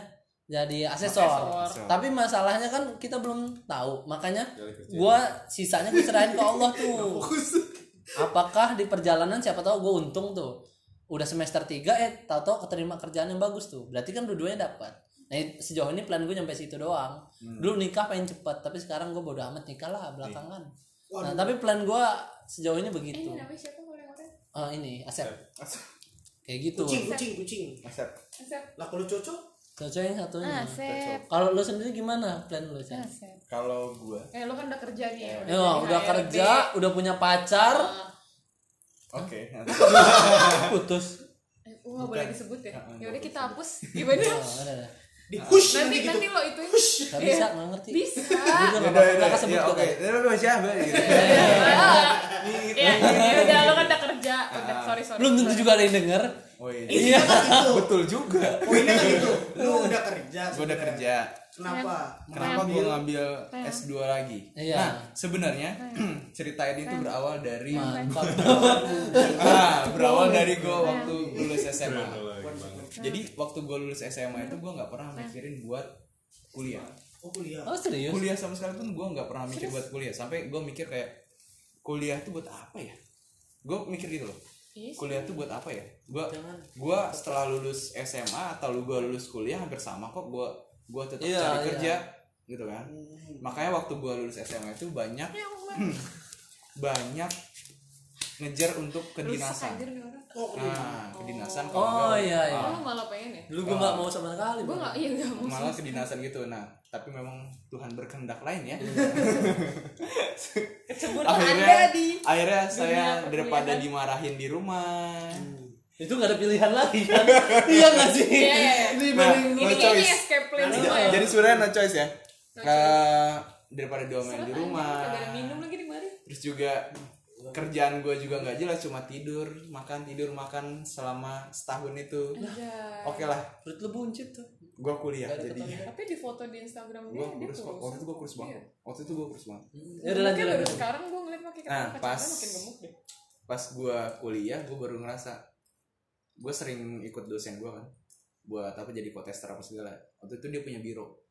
S1: Jadi asesor.
S3: Asesor.
S1: Tapi masalahnya kan kita belum tahu. Makanya gua sisanya gue serahin ke Allah tuh. Apakah di perjalanan siapa tahu gue untung tuh. Udah semester 3 eh tahu-tahu keterima kerjaan yang bagus tuh. Berarti kan dua-duanya dapat. Nah, it- sejauh ini plan gue nyampe situ doang. Dulu nikah pengen cepet, tapi sekarang gue bodo amat nikah lah belakangan. Nah, tapi plan gue sejauh ini
S3: ini
S1: begitu.
S3: namanya siapa boleh ngomong
S1: Eh, ini Asep. Kayak gitu.
S2: Kucing, kucing, kucing.
S5: Aset.
S3: Asep
S2: Lah kalau cocok
S1: Cocok yang
S3: Ah.
S1: satunya.
S3: Asep
S1: Kalau lo sendiri gimana plan lo, Chan?
S3: Asep
S5: Kalau gue,
S3: eh lo kan udah kerja nih ya,
S1: Ya, udah Ah.
S3: jadi HRD.
S1: kerja, udah punya pacar,
S3: Ah,
S5: oke.
S1: putus.
S3: eh, Oh, nggak boleh disebut ya.
S1: Ah,
S4: Heeh,
S3: Ya udah
S4: nggak
S3: kita hapus. Gimana?
S1: Oh, ada, ada.
S2: Di push
S3: nanti
S2: nanti gitu.
S3: nanti lo itu
S1: Gak bisa, gak ngerti.
S3: Iya. bisa.
S1: Gue
S5: Ya
S1: juga kan. gak
S5: udah, ya
S1: bakal
S5: udah.
S1: sebut
S5: Ya,
S1: kok.
S5: oke. Ya udah siapa gitu.
S3: Ya, ya udah lo kan udah kerja. Udah, sorry sorry.
S1: Gitu. Ah. Belum tentu juga ada yang denger.
S5: Oh iya.
S1: Iya.
S5: Betul juga.
S2: Poinnya kan itu. Lu udah kerja.
S4: Gue Iya. udah
S2: sebenarnya.
S4: kerja.
S2: Kenapa?
S4: Kenapa gue ngambil
S3: Tayang.
S4: S2 lagi?
S1: Iya.
S4: Nah, sebenarnya cerita ini tuh berawal dari
S1: Mantap.
S4: ah, berawal dari gue waktu lulus SMA.
S5: Gimana?
S4: Jadi waktu gue lulus SMA itu gue nggak pernah mikirin buat kuliah.
S2: Oh kuliah.
S1: Oh serius?
S4: Kuliah sama sekali pun gue nggak pernah mikir buat kuliah. Sampai gue mikir kayak kuliah tuh buat apa ya? Gue mikir gitu loh.
S3: Iya sih.
S4: Kuliah tuh buat apa ya? Gue gua setelah lulus SMA atau lu gue lulus kuliah hampir sama kok. Gue gua tetap
S1: Iya,
S4: cari
S1: iya.
S4: kerja gitu kan.
S3: Hmm.
S4: Makanya waktu gue lulus SMA itu banyak
S3: Ya
S4: banyak ngejar untuk
S3: Rusak anjir
S4: kedinasan.
S3: nih orang.
S2: Oh, kuliah.
S4: Nah, kedinasan kalau
S1: Oh
S4: nggak-
S1: iya iya.
S3: Oh, lo malah pengen ya?
S1: Dulu gue gak mau sama sekali.
S3: Gue nggak, iya nggak mau.
S4: malah kedinasan gitu nah tapi memang Tuhan berkehendak lain ya
S3: Iya. Kecebur
S4: akhirnya
S3: Anda di.
S4: akhirnya saya
S3: perkuliahan.
S4: daripada dimarahin di rumah
S1: Itu gak ada pilihan lagi kan? Iya gak sih?
S3: Iya, iya, iya.
S1: Dibanding
S4: Nah,
S1: lu.
S3: Ini
S4: No
S3: kayaknya
S4: choice.
S3: escape plan semua
S4: Jadi-
S3: ya.
S4: jadi sebenarnya no choice ya
S3: No
S4: Eh, daripada domain
S3: Seret
S4: di
S3: anjir,
S4: rumah
S3: kagak ada minum lagi di mari.
S4: terus juga kerjaan gue juga nggak jelas cuma tidur makan tidur makan selama setahun itu
S3: Anjay.
S4: oke lah
S1: Perut lu buncit tuh.
S4: gue kuliah
S1: Gak ada
S4: jadi
S1: ketemu.
S3: Tapi di foto di Instagram dia
S4: gue
S3: dia
S4: kurus banget waktu itu gue kurus banget
S3: Iya.
S4: waktu itu gue kurus banget
S1: Ya udah lanjut
S3: Mungkin baru
S1: lanjut.
S3: sekarang gue ngeliat makin
S4: Nah,
S3: kacang
S4: pas.
S3: makin gemuk deh.
S4: pas gue kuliah gue baru ngerasa gue sering ikut dosen gue kan buat apa jadi potester apa segala waktu itu dia punya biro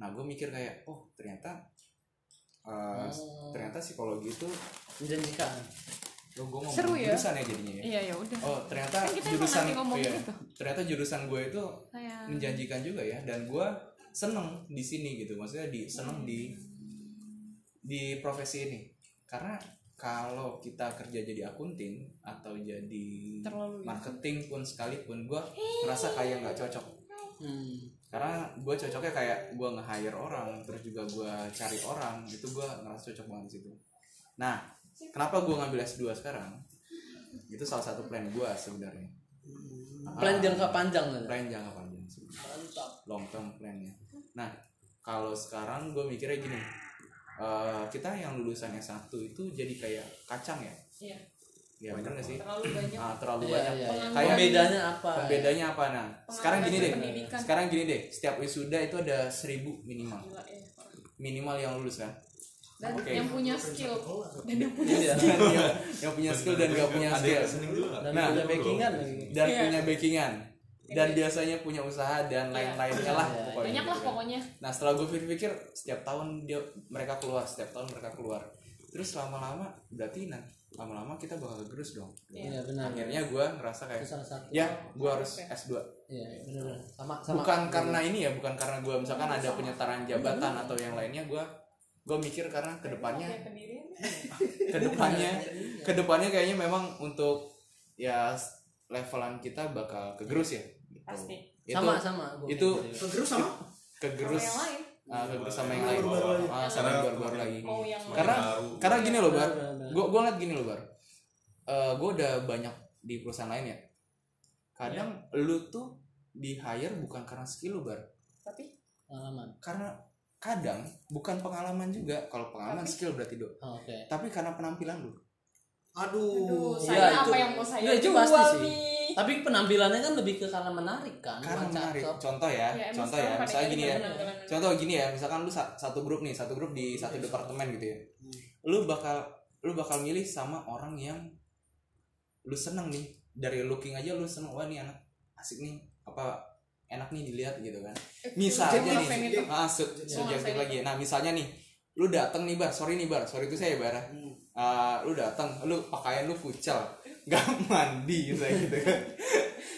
S4: nah gue mikir kayak oh ternyata eh,
S1: Oh.
S4: ternyata psikologi itu
S1: Menjanjikan.
S4: oh, gue ngomong
S3: Seru ya?
S4: jurusan ya jadinya ya
S3: Iya ya udah.
S4: oh ternyata
S3: Kan kita emang
S4: jurusan
S3: nanti ngomongin
S4: iya.
S3: itu.
S4: ternyata jurusan gue itu
S3: Kayak
S4: menjanjikan juga ya dan gue seneng di sini gitu maksudnya di seneng di di profesi ini karena kalau kita kerja jadi akunting atau jadi
S3: Terlalu ya.
S4: marketing pun sekalipun gue merasa kayak nggak cocok
S1: Hmm.
S4: karena gue cocoknya kayak gue nge-hire orang terus juga gue cari orang itu gue ngerasa cocok banget di situ nah kenapa gue ngambil S2 sekarang itu salah satu plan gue sebenarnya
S1: Plan
S4: Ah,
S1: jangka panjang lah.
S4: plan jangka panjang sebenarnya
S1: Mantap.
S4: long term plannya. Nah, kalau sekarang gue mikirnya gini, eh, kita yang lulusan S1 itu jadi kayak kacang ya,
S3: Iya.
S4: ya bener nggak sih?
S3: Terlalu banyak.
S4: Ah, terlalu
S1: Iya
S4: banyak.
S1: iya. iya.
S4: Kayak-
S1: Pembedanya apa?
S4: Bedanya apa nah? Sekarang gini deh,
S3: pendidikan.
S4: sekarang gini deh. Setiap wisuda itu ada 1000 minimal,
S3: Gila ya.
S4: minimal yang lulus kan?
S3: Dan
S4: Oke.
S3: yang punya skill. Dan yang punya
S1: Iya.
S4: Nah, yang, yang punya skill dan gak punya
S5: Ada yang
S4: skill,
S5: seneng juga.
S1: Dan
S4: Nah,
S1: punya
S5: dulu.
S1: backingan lagi.
S4: dan
S3: Iya.
S4: punya backingan, dan biasanya punya usaha dan
S3: Iya.
S4: lain-lainnya lah
S1: Iya,
S4: pokoknya.
S3: banyak lah
S4: gitu kan.
S3: pokoknya.
S4: Nah setelah gue pikir-pikir setiap tahun dia mereka keluar, setiap tahun mereka keluar. Terus lama-lama berarti nanti lama-lama kita bakal gerus dong.
S3: Iya.
S1: Iya benar.
S4: Akhirnya gue ngerasa
S1: Itu
S4: kayak
S1: salah satu.
S4: ya gue harus S2.
S1: Iya benar benar. Sama sama.
S4: Bukan karena ini ya, bukan karena gue misalkan ada penyetaraan jabatan atau yang lainnya gue gue mikir karena kedepannya
S3: Kayak pendirian.
S4: kedepannya kedepannya kayaknya memang untuk ya levelan kita bakal kegerus ya. Gitu.
S3: Pasti.
S4: Itu,
S1: sama sama. Gua
S4: itu
S1: kayak gitu.
S2: Terus sama?
S4: kegerus
S3: Sama yang lain.
S4: ah, kegerus sama yang lain.
S2: Baru-baru lagi.
S4: Ah, sama yang baru-baru lagi.
S3: Oh yang
S5: Semakin
S4: Karena-
S5: baru.
S4: karena gini loh bar
S1: Benar, benar.
S4: gue gue ngeliat gini loh bar Eh gue udah banyak di perusahaan lain ya kadang lu tuh di hire bukan karena skill lu bar
S3: tapi
S1: pengalaman.
S4: karena kadang bukan pengalaman juga kalau pengalaman
S3: Tapi-
S4: skill berarti do
S1: Oh, Oke.
S4: tapi karena penampilan lu
S2: Aduh.
S3: aduh
S1: Iya,
S3: saya apa
S1: itu-
S3: yang mau saya
S1: iya, itu
S3: jual
S1: pasti sih.
S4: Ya,
S3: nih.
S1: Tapi penampilannya kan lebih ke karena menarik kan.
S4: karena
S1: Bukan
S4: menarik
S1: cakep.
S4: contoh ya,
S3: Ya, emang
S4: contoh
S3: sekarang
S4: ya
S3: pada
S4: misalnya
S3: kayak
S4: gini
S3: gitu
S4: ya
S3: bener-bener.
S4: contoh gini ya misalkan lu sa- satu grup nih satu grup di satu departemen gitu ya lu bakal lu bakal milih sama orang yang lu seneng nih dari looking aja lu seneng wah nih anak asik nih apa enak nih dilihat gitu kan
S3: Jadi
S4: misalnya nih
S3: pengen itu.
S4: ah, su- subjektif lagi nah misalnya nih lu dateng nih bar sorry nih bar sorry itu saya ya, bar
S3: Hmm.
S4: Ah, lu dateng lu pakaian lu futsal nggak mandi misalnya gitu kan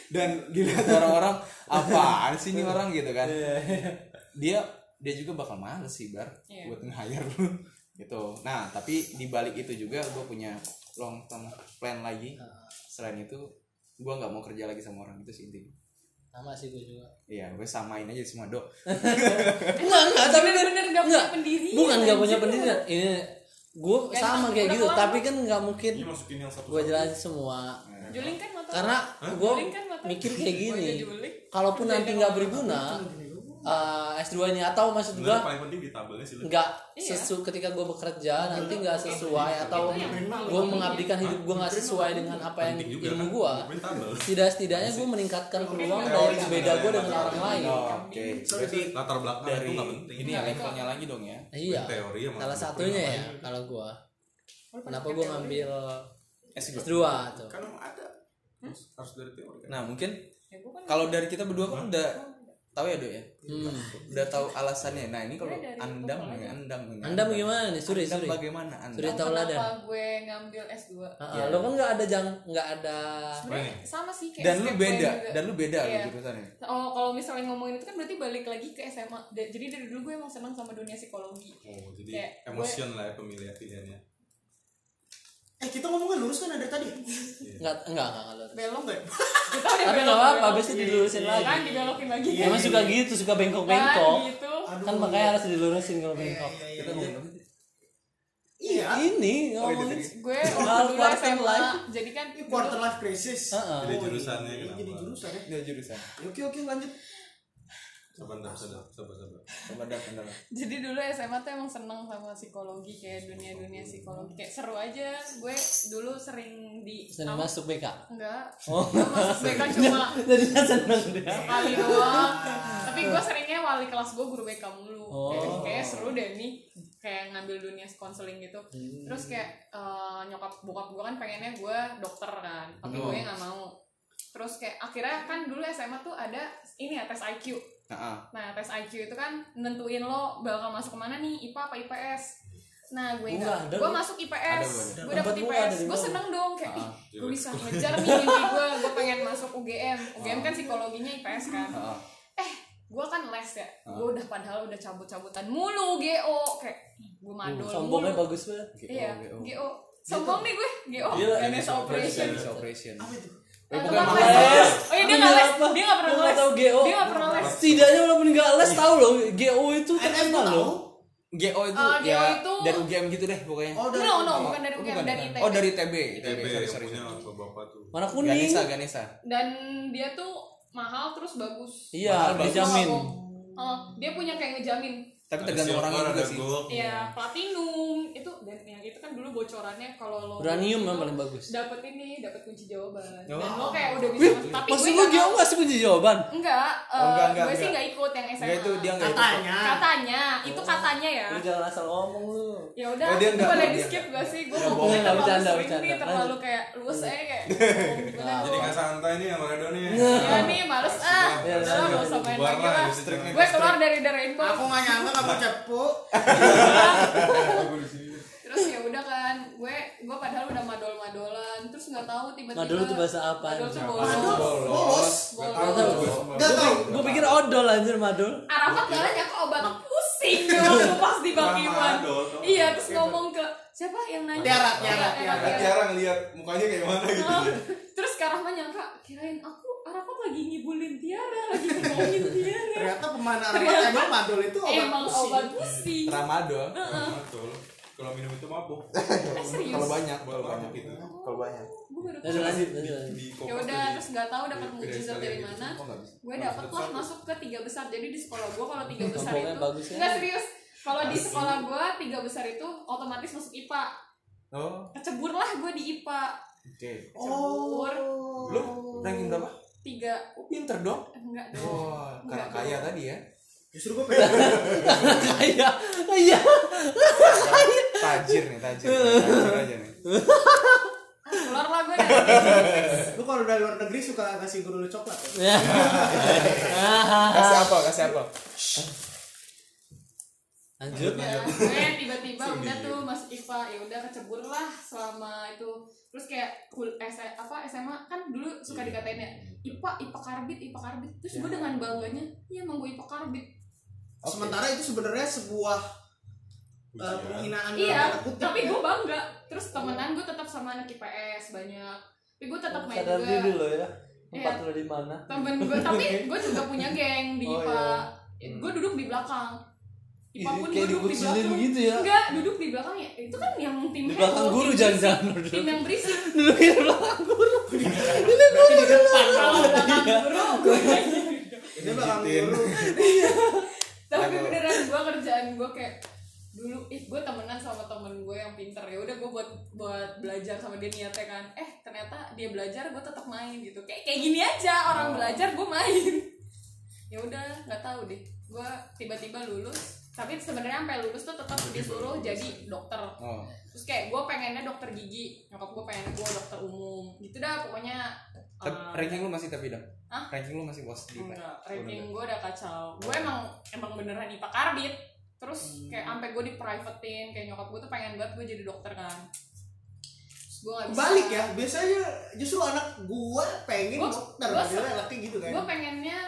S4: dan dilihat orang-orang apaan sih nih orang gitu kan dia dia juga bakal males sih bar
S3: Iya.
S4: buat nge-hire lu gitu nah tapi di balik itu juga gue punya long term plan lagi
S3: Ah.
S4: selain itu gue nggak mau kerja lagi sama orang itu sih intinya
S1: Sama sih gue juga.
S4: iya gue samain aja semua dok
S1: Enggak enggak. Tapi kan
S3: bener bener gak punya
S1: enggak.
S3: pendirian
S1: bukan nggak punya
S3: anjir.
S1: pendirian ini gue
S3: Nggak
S1: sama
S3: dimasuk
S1: kayak
S3: udah
S1: gitu
S3: kelar.
S1: tapi kan nggak mungkin
S5: Ini Iya, masukin yang satu.
S1: gue jelasin semua
S3: juling kan mata
S1: karena gue
S3: juling kan mata
S1: mikir kayak gini
S3: Gua diculik.
S1: kalaupun nanti nggak berguna
S3: gitu.
S1: eh, S2 nya atau maksud
S5: Sebenarnya
S1: gua
S5: paling penting ditabelnya sih lu.
S1: nggak
S3: Iya.
S1: sesu ketika gua bekerja nanti nggak sesuai atau
S3: Itu yang
S1: gua mengabdikan hidup gua nggak sesuai dengan apa yang
S5: Penting juga
S1: ilmu
S5: kan.
S1: gua
S5: Mungkin tabel.
S1: tidak setidaknya gua meningkatkan peluang
S5: Teori
S1: dari
S5: sebenarnya
S1: beda gua
S5: yang
S1: dengan orang
S3: Oh, iya,
S1: lain
S4: Oke. Berarti
S5: Latar belakang
S4: dari
S5: itu nggak penting.
S4: ini ya levelnya lagi dong ya.
S1: iya
S5: teori sama
S1: salah
S5: ngapain
S1: satunya ya
S5: ngapain.
S1: kalau gua
S3: Oh,
S1: kenapa
S3: kan
S1: gua
S3: ya?
S1: ngambil
S4: S2.
S1: S2 tuh
S5: Kan emang ada. Hmm? Harus dari teori kan.
S4: Nah, mungkin
S3: Ya, gua kan
S4: kalau dari kita berdua kan udah tahu ya, Dok ya?
S1: hmm.
S4: Udah tahu alasannya. Nah, ini kalau ya,
S3: Gue dari
S4: andam
S3: Bogor
S4: nih,
S3: aja.
S4: andam nih.
S1: anda bagaimana nih suri
S4: Andam
S1: suri
S4: bagaimana
S1: Suri
S4: andam?
S1: tahu
S3: kenapa
S1: ladan
S3: gue ngambil S2
S1: Ah,
S2: Iya,
S1: ah, lo kan nggak ada jang nggak ada
S3: Sebenarnya sama sih kayak
S4: Dan lu
S3: step gue
S4: beda,
S3: juga.
S4: dan lu beda lu gitu.
S3: Iya.
S4: jurusannya.
S3: Oh, kalau misalnya ngomongin itu kan berarti balik lagi ke SMA. Da- Jadi dari dulu gue emang senang sama dunia psikologi.
S5: Oh, jadi
S3: Kayak
S5: emotion lah ya pemilihan pilihannya.
S2: Eh kita ngomongnya lurus kan dari tadi.
S1: nggak nggak nggak nggak lo.
S2: Belok nggak?
S3: Kita udah
S1: tapi nggak
S3: belok-
S1: apa-apa
S3: belok.
S1: habis itu dilurusin
S3: Kan
S1: lagi
S3: dibelokin lagi.
S2: Iya,
S1: emang suka gitu suka bengkok bengkok
S3: Kan gitu.
S1: kan makanya harus dilurusin kalau bengkok
S2: Iya, iya, iya.
S4: Kita ngomongin apa sih?
S2: Iya.
S1: ini ngomongin
S3: Gue waktu
S1: Soal
S3: dulu
S1: quarter
S3: SMA.
S1: life.
S3: Jadi kan
S2: Ini quarter life crisis.
S1: Heeh.
S5: Jadi
S2: Oh,
S5: jurusannya
S2: ini- ini
S5: kenapa?
S2: Jadi jurusan ya.
S4: Ini jurusan.
S2: Oke oke lanjut.
S5: Sabar, sabar, sabar, sabar, sabar.
S4: Sama andam, andam.
S3: jadi dulu SMA tuh emang seneng sama psikologi kayak dunia-dunia psikologi kayak seru aja gue dulu sering di
S1: seneng
S3: sama-
S1: masuk Oh. BK
S3: enggak Gua masuk BK cuma
S1: jadi seneng dia
S3: sekali doang tapi gue seringnya wali kelas gue guru BK mulu kayak,
S1: Oh.
S3: kayak seru deh nih kayak ngambil dunia konseling gitu terus kayak eh, nyokap bokap gue kan pengennya gue dokter kan tapi gue nggak mau terus kayak akhirnya kan dulu SMA tuh ada ini ya tes IQ
S4: Nah, ah.
S3: Nah, tes IQ itu kan nentuin lo bakal masuk kemana nih, IPA apa IPS. Nah,
S1: Gua
S3: gue enggak.
S1: ada
S3: Gue
S1: loh.
S3: masuk IPS.
S4: Ada,
S3: Gue
S1: ada.
S3: dapet
S1: Tempat gua
S3: IPS.
S1: ada di
S3: Gue
S1: bawah.
S3: seneng dong kayak
S4: Ah.
S3: ih, gue bisa ngejar nih mimpi gue. Gue pengen masuk UGM.
S1: Ah.
S3: UGM kan psikologinya IPS kan.
S4: Ah.
S3: Eh, gue kan les ya.
S1: Ah.
S3: Gue udah padahal udah cabut-cabutan mulu GO kayak
S1: Uh,
S3: gue madol
S1: sombongnya
S3: mulu.
S1: bagus banget
S3: Iya,
S4: GO.
S3: GO. Sombong nih gue, GO.
S4: Nah,
S1: Gila.
S3: Ganesh Operation.
S4: Ganesh operation.
S2: Apa itu?
S4: Eh,
S3: Nah,
S4: bukan
S3: tempat
S4: bukan.
S3: les. Oh iya,
S1: Aku
S3: dia nggak les.
S1: apa?
S3: Dia nggak pernah
S1: Gua nggak
S3: les.
S1: tahu GO
S3: Dia nggak pernah les.
S1: setidaknya walaupun nggak les tahu loh GO itu
S2: NM
S1: terkenal
S2: tuh
S1: loh
S2: tahu.
S4: GO itu
S3: Ah, GO
S4: ya
S3: itu-
S4: dari UGM gitu deh pokoknya.
S2: Oh dari.
S3: No, no, bukan dari
S4: Oh,
S3: UGM,
S4: bukan.
S3: dari ITB.
S4: Oh, dari TB.
S5: TB
S4: Sorry,
S5: yang
S4: sorry,
S5: punya
S4: sorry.
S5: bapak tuh.
S1: warna kuning
S4: Ganesa, Ganesa.
S3: dan dia tuh mahal terus bagus
S1: iya
S4: Mahal,
S1: dijamin
S3: Eh, dia punya kayak ngejamin
S4: Tapi kan tergantung orangnya juga sih.
S3: ya platinum itu dan yang itu kan dulu bocorannya kalau lo
S1: uranium yang paling bagus
S3: dapat ini dapat kunci jawaban dan
S4: Oh.
S3: lo kayak udah bisa tapi gue
S1: maksud lu
S3: nggak
S1: GO
S3: tahu.
S1: nggak sih kunci jawaban
S3: enggak, eh,
S4: Oh, enggak, enggak,
S3: gue sih
S4: enggak.
S3: nggak ikut yang SMA
S4: Enggak itu dia enggak itu.
S2: Katanya.
S3: katanya itu katanya ya
S1: lu jangan asal ngomong lu
S3: ya udah
S4: Oh, dia
S3: itu
S4: enggak,
S3: boleh
S4: dia
S3: di skip gak sih gue
S1: Enggak,
S3: mau
S1: bohong, enggak,
S3: terlalu
S1: bercanda,
S3: sering nih
S1: bercanda.
S3: terlalu
S1: Lanjut.
S3: kayak luas aja kayak oh, gimana
S5: Jadi
S3: lo?
S5: nggak santai nih sama Edo nih.
S3: ya nih males ah
S5: Iya,
S1: Ya,
S4: Iya,
S3: udah lah,
S1: lanjut.
S3: gak usah main
S5: Bubar
S3: lagi
S5: lah,
S3: lah
S5: gitu, jangan.
S3: gue keluar dari the rainbow
S2: Aku nggak nyangka
S4: Nah.
S2: kamu cepu.
S3: terus ya udah kan gue gue padahal udah madol madolan terus nggak tahu tiba-tiba
S1: Madol tuh bahasa apa?
S3: madol tuh
S5: Apa?
S2: Aduh,
S3: bolos
S2: bolos.
S3: bolos
S2: Gak tahu.
S1: gue pikir odol anjir madul
S3: Arafat gak nanya kok obat pusing gue waktu pas di Bang
S5: Sama
S3: Iwan
S5: madol, sama
S3: iya
S5: madol.
S3: terus ngomong ke siapa yang nanya Oh,
S2: Tiara, Tiara,
S3: Tiara,
S2: Tiara.
S3: Tiara.
S5: Tiara ngeliat mukanya kayak mana gitu.
S3: Ah, terus Kak Rahman nyangka kirain aku Arafat lagi ngibulin Tiara lagi ngomongin Tiara
S2: Ternyata pemain Arafat emang madul itu obat
S3: emang
S2: pusing.
S3: obat pusing
S4: Tramadol.
S5: Iya. Betul. Kalau minum itu mabuk.
S3: Eh, serius
S4: Kalau banyak, kalau
S5: Kalau
S4: banyak
S5: banyak
S4: gitu.
S5: gitu.
S4: Kalau banyak.
S3: Gue Oh, baru
S1: lanjut
S3: tahu.
S1: lanjut
S2: Iya,
S1: lanjut, lanjut.
S5: Di
S3: ya
S5: Kompas
S3: udah
S5: jadi-
S3: terus nggak tahu dapat
S5: Iya,
S3: mukjizat
S5: dari
S3: dari
S5: sekalian
S3: mana
S4: Oh, nggak bisa.
S3: gue dapet lah masuk ke tiga besar jadi di sekolah gue kalau tiga besar
S1: Sombongnya
S3: itu
S1: bagus ya.
S3: nggak serius kalau di sekolah gue tiga besar itu otomatis masuk IPA
S4: Oh,
S3: kecebur lah gue di IPA
S4: oke.
S2: Oh.
S4: Lu ranking berapa?
S3: tiga
S4: Oh, pinter dong.
S3: eh, enggak dong
S4: Wah, karena kaya tadi ya.
S2: Justru gue pengen
S1: iya iya
S4: Tajir nih, tajir. Tajir aja nih.
S3: Ah, keluar lah gue dari
S2: Lu kalau dari luar negeri suka kasih guru lu coklat ya?
S4: Kasih apa? Kasih apa?
S1: lanjut
S3: Ya, gue tiba-tiba udah tuh masuk IPA ya udah kecebur lah selama itu terus kayak kul S apa SMA kan dulu
S5: iya.
S3: suka
S4: Iya.
S3: dikatain ya IPA IPA karbit IPA karbit terus
S1: Ya.
S3: gue dengan bangganya iya emang gue IPA karbit
S2: Sementara itu sebenarnya sebuah eh,
S5: Ujian.
S2: penghinaan dalam
S3: iya
S2: tanda kutip. ya.
S3: tapi gue bangga terus
S1: Iya.
S3: temenan gue tetap sama anak IPS banyak tapi gue tetap main
S1: sadar diri
S3: juga
S1: lo ya tempat
S3: Iya.
S1: lo di mana
S3: temen gue tapi gue juga punya geng di
S1: Oh,
S3: IPA gue duduk di belakang IPA
S1: Ih,
S3: pun gue
S1: kayak
S3: duduk di
S1: dikucilin
S3: belakang
S1: gitu ya
S3: enggak duduk di belakang ya itu kan yang tim
S1: di belakang
S3: heboh,
S1: guru
S3: tim
S1: jangan jangan
S3: berisik. tim yang berisik
S1: duduk di belakang guru
S2: Berarti di depan
S3: Kalau
S2: kalau
S3: belakang guru, gue
S5: Ini bakal guru.
S3: tapi beneran gue kerjaan gue kayak dulu ih gue temenan sama temen gue yang pinter ya udah gue buat buat belajar sama dia niatnya kan eh ternyata dia belajar gue tetap main gitu kayak kayak gini aja orang belajar gue main ya udah nggak tahu deh gue tiba-tiba lulus tapi sebenarnya sampai lulus tuh tetap disuruh jadi dokter
S4: Oh.
S3: terus kayak gue pengennya dokter gigi nyokap gue pengen gue dokter umum gitu dah pokoknya
S4: Tapi
S3: eh,
S4: ranking lu masih tapi dong.
S3: Hah?
S4: Ranking lu masih was di
S3: Enggak, rating gue udah kacau. Gue emang emang beneran IPA karbit. Terus kayak sampai gue di privatein, kayak nyokap gue tuh pengen banget gue jadi dokter kan. Terus gue gak bisa.
S2: balik ya biasanya justru anak gua pengen
S3: Gua-
S2: dokter
S3: gua-
S2: biasanya anaknya gitu kan
S3: Gue pengennya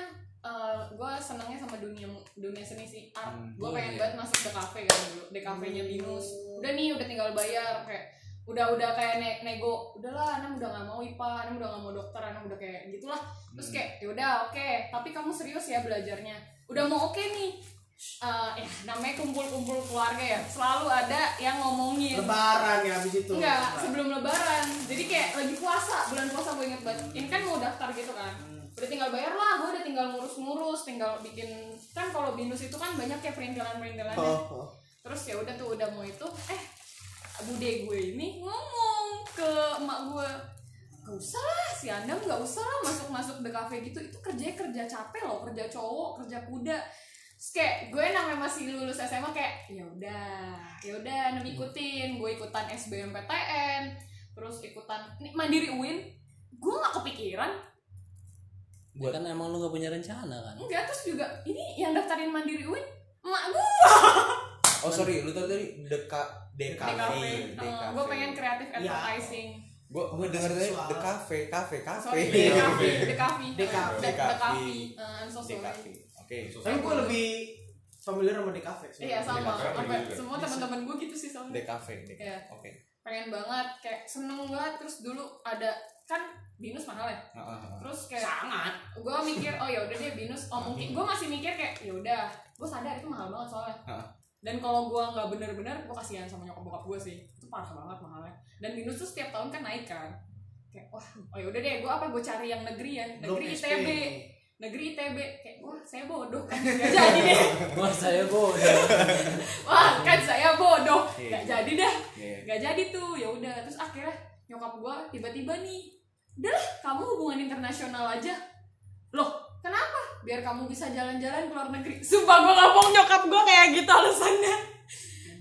S3: eh, gue senengnya sama dunia dunia seni sih art.
S4: Hmm,
S3: gue
S4: oh
S3: pengen
S4: iya.
S3: banget masuk ke kafe kan dulu. Di kafenya Binus. Udah nih, udah tinggal bayar kayak udah udah kayak ne- nego udahlah anak udah nggak mau ipa anak udah nggak mau dokter anak udah kayak gitulah terus
S4: Hmm.
S3: kayak yaudah oke tapi kamu serius ya belajarnya udah mau oke nih Eh, ya namanya kumpul-kumpul keluarga ya selalu ada yang ngomongin
S2: lebaran ya habis itu
S3: enggak sebelum lebaran jadi kayak lagi puasa bulan puasa gue inget banget ini kan mau daftar gitu kan udah tinggal bayar lah gue udah tinggal ngurus-ngurus tinggal bikin kan kalau binus itu kan banyak kayak perintilan-perintilannya
S2: oh, oh.
S3: terus ya udah tuh udah mau itu eh bude gue ini ngomong ke emak gue gak usah lah si Andam gak usah lah masuk masuk the cafe gitu itu kerjanya kerja capek loh kerja cowok kerja kuda Terus kayak gue namanya masih lulus SMA kayak ya udah ya udah Andam ikutin gue ikutan SBMPTN terus ikutan ini mandiri UIN gue gak kepikiran
S1: Buat. Kan emang lu gak punya rencana kan?
S3: enggak terus juga ini yang daftarin mandiri UIN emak gue
S4: Oh sorry, lu tau tadi deka
S3: The
S4: deka
S3: Cafe. Eh, gue pengen kreatif
S2: Ya.
S3: advertising
S4: Gue gue denger tadi
S2: Seksual.
S4: the cafe cafe cafe.
S3: Sorry,
S4: The
S3: the coffee, the coffee,
S2: The coffee.
S3: the, the
S4: The
S3: coffee.
S4: coffee.
S3: Uh, I'm so sorry.
S4: cafe. Oke.
S2: tapi gua lebih familiar sama di kafe sih
S3: Iya sama,
S5: coffee
S3: Sampai
S5: juga.
S3: semua teman-teman gue gitu sih soalnya.
S4: The cafe. The-
S3: Iya.
S4: Oke.
S3: Pengen banget, kayak seneng banget. Terus dulu ada kan binus mahal ya.
S4: Ah, ah, ah.
S3: Terus kayak sangat. Gue mikir oh ya udah deh binus. Oh mungkin gue masih mikir kayak ya udah. Gue sadar itu mahal banget soalnya.
S4: Heeh.
S3: Dan kalau gue nggak bener-bener, gue kasihan sama nyokap bokap gue sih. Itu parah banget mahalnya. Dan binus tuh setiap tahun kan naik kan. Kayak wah, oh ya udah deh, gue apa gue cari yang negeri ya,
S2: Blok
S3: negeri
S2: SP.
S3: ITB. negeri ITB kayak wah saya bodoh kan nggak jadi deh
S1: Wah saya bodoh.
S3: wah kan saya bodoh
S4: Iya.
S3: nggak jadi dah
S4: Iya.
S3: nggak jadi tuh ya udah terus akhirnya nyokap gua tiba-tiba nih udahlah kamu hubungan internasional aja loh kenapa biar kamu bisa jalan-jalan ke luar negeri sumpah gua ngomong nyokap gua kayak gitu alasannya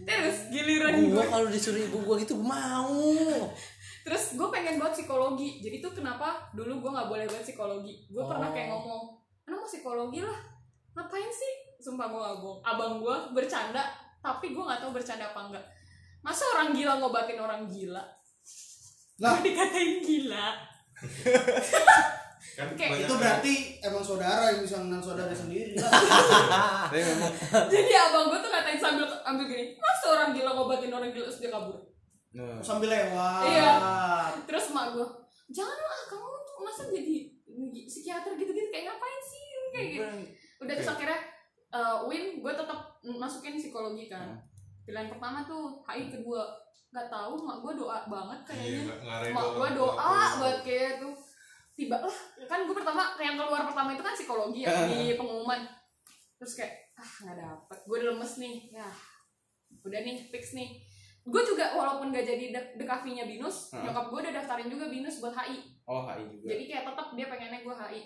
S3: terus giliran
S1: Gue
S3: gua
S1: kalau disuruh ibu gue gitu gue mau.
S3: terus gue pengen buat psikologi jadi tuh kenapa dulu gue nggak boleh buat psikologi gue pernah kayak
S1: Oh.
S3: ngomong anak mau psikologi lah ngapain sih sumpah gue nggak bohong abang gue bercanda tapi gue nggak tahu bercanda apa enggak masa orang gila ngobatin orang gila
S2: Lah.
S3: lah dikatain gila
S5: Kan
S3: Kayak
S5: banyak
S2: itu
S5: kan.
S2: berarti emang saudara yang bisa menang saudara sendiri lah
S4: Tapi memang
S3: jadi abang gue tuh ngatain sambil ambil gini masa orang gila ngobatin orang gila terus dia kabur
S4: no.
S2: sambil lewat
S3: Iya. terus mak gue jangan lah kamu tuh masa jadi psikiater gitu-gitu kayak ngapain sih kayak gitu udah terus akhirnya eh, win gue tetap masukin psikologi kan pilihan pertama tuh HI kedua nggak tahu mak gue doa banget
S5: Iya,
S3: kayaknya
S5: nggak- ngarahin
S3: mak
S5: doang.
S3: gue doa
S5: Doang.
S3: buat kayak tuh tiba lah kan gue pertama yang keluar pertama itu kan psikologi ya di pengumuman terus kayak ah nggak dapet gue udah lemes nih ya udah nih fix nih gue juga walaupun gak jadi de- dekafinya binus
S4: Heeh.
S3: nyokap gue udah daftarin juga binus buat HI
S4: Oh, HI
S2: Iya.
S4: juga.
S3: jadi kayak tetap dia pengennya gue HI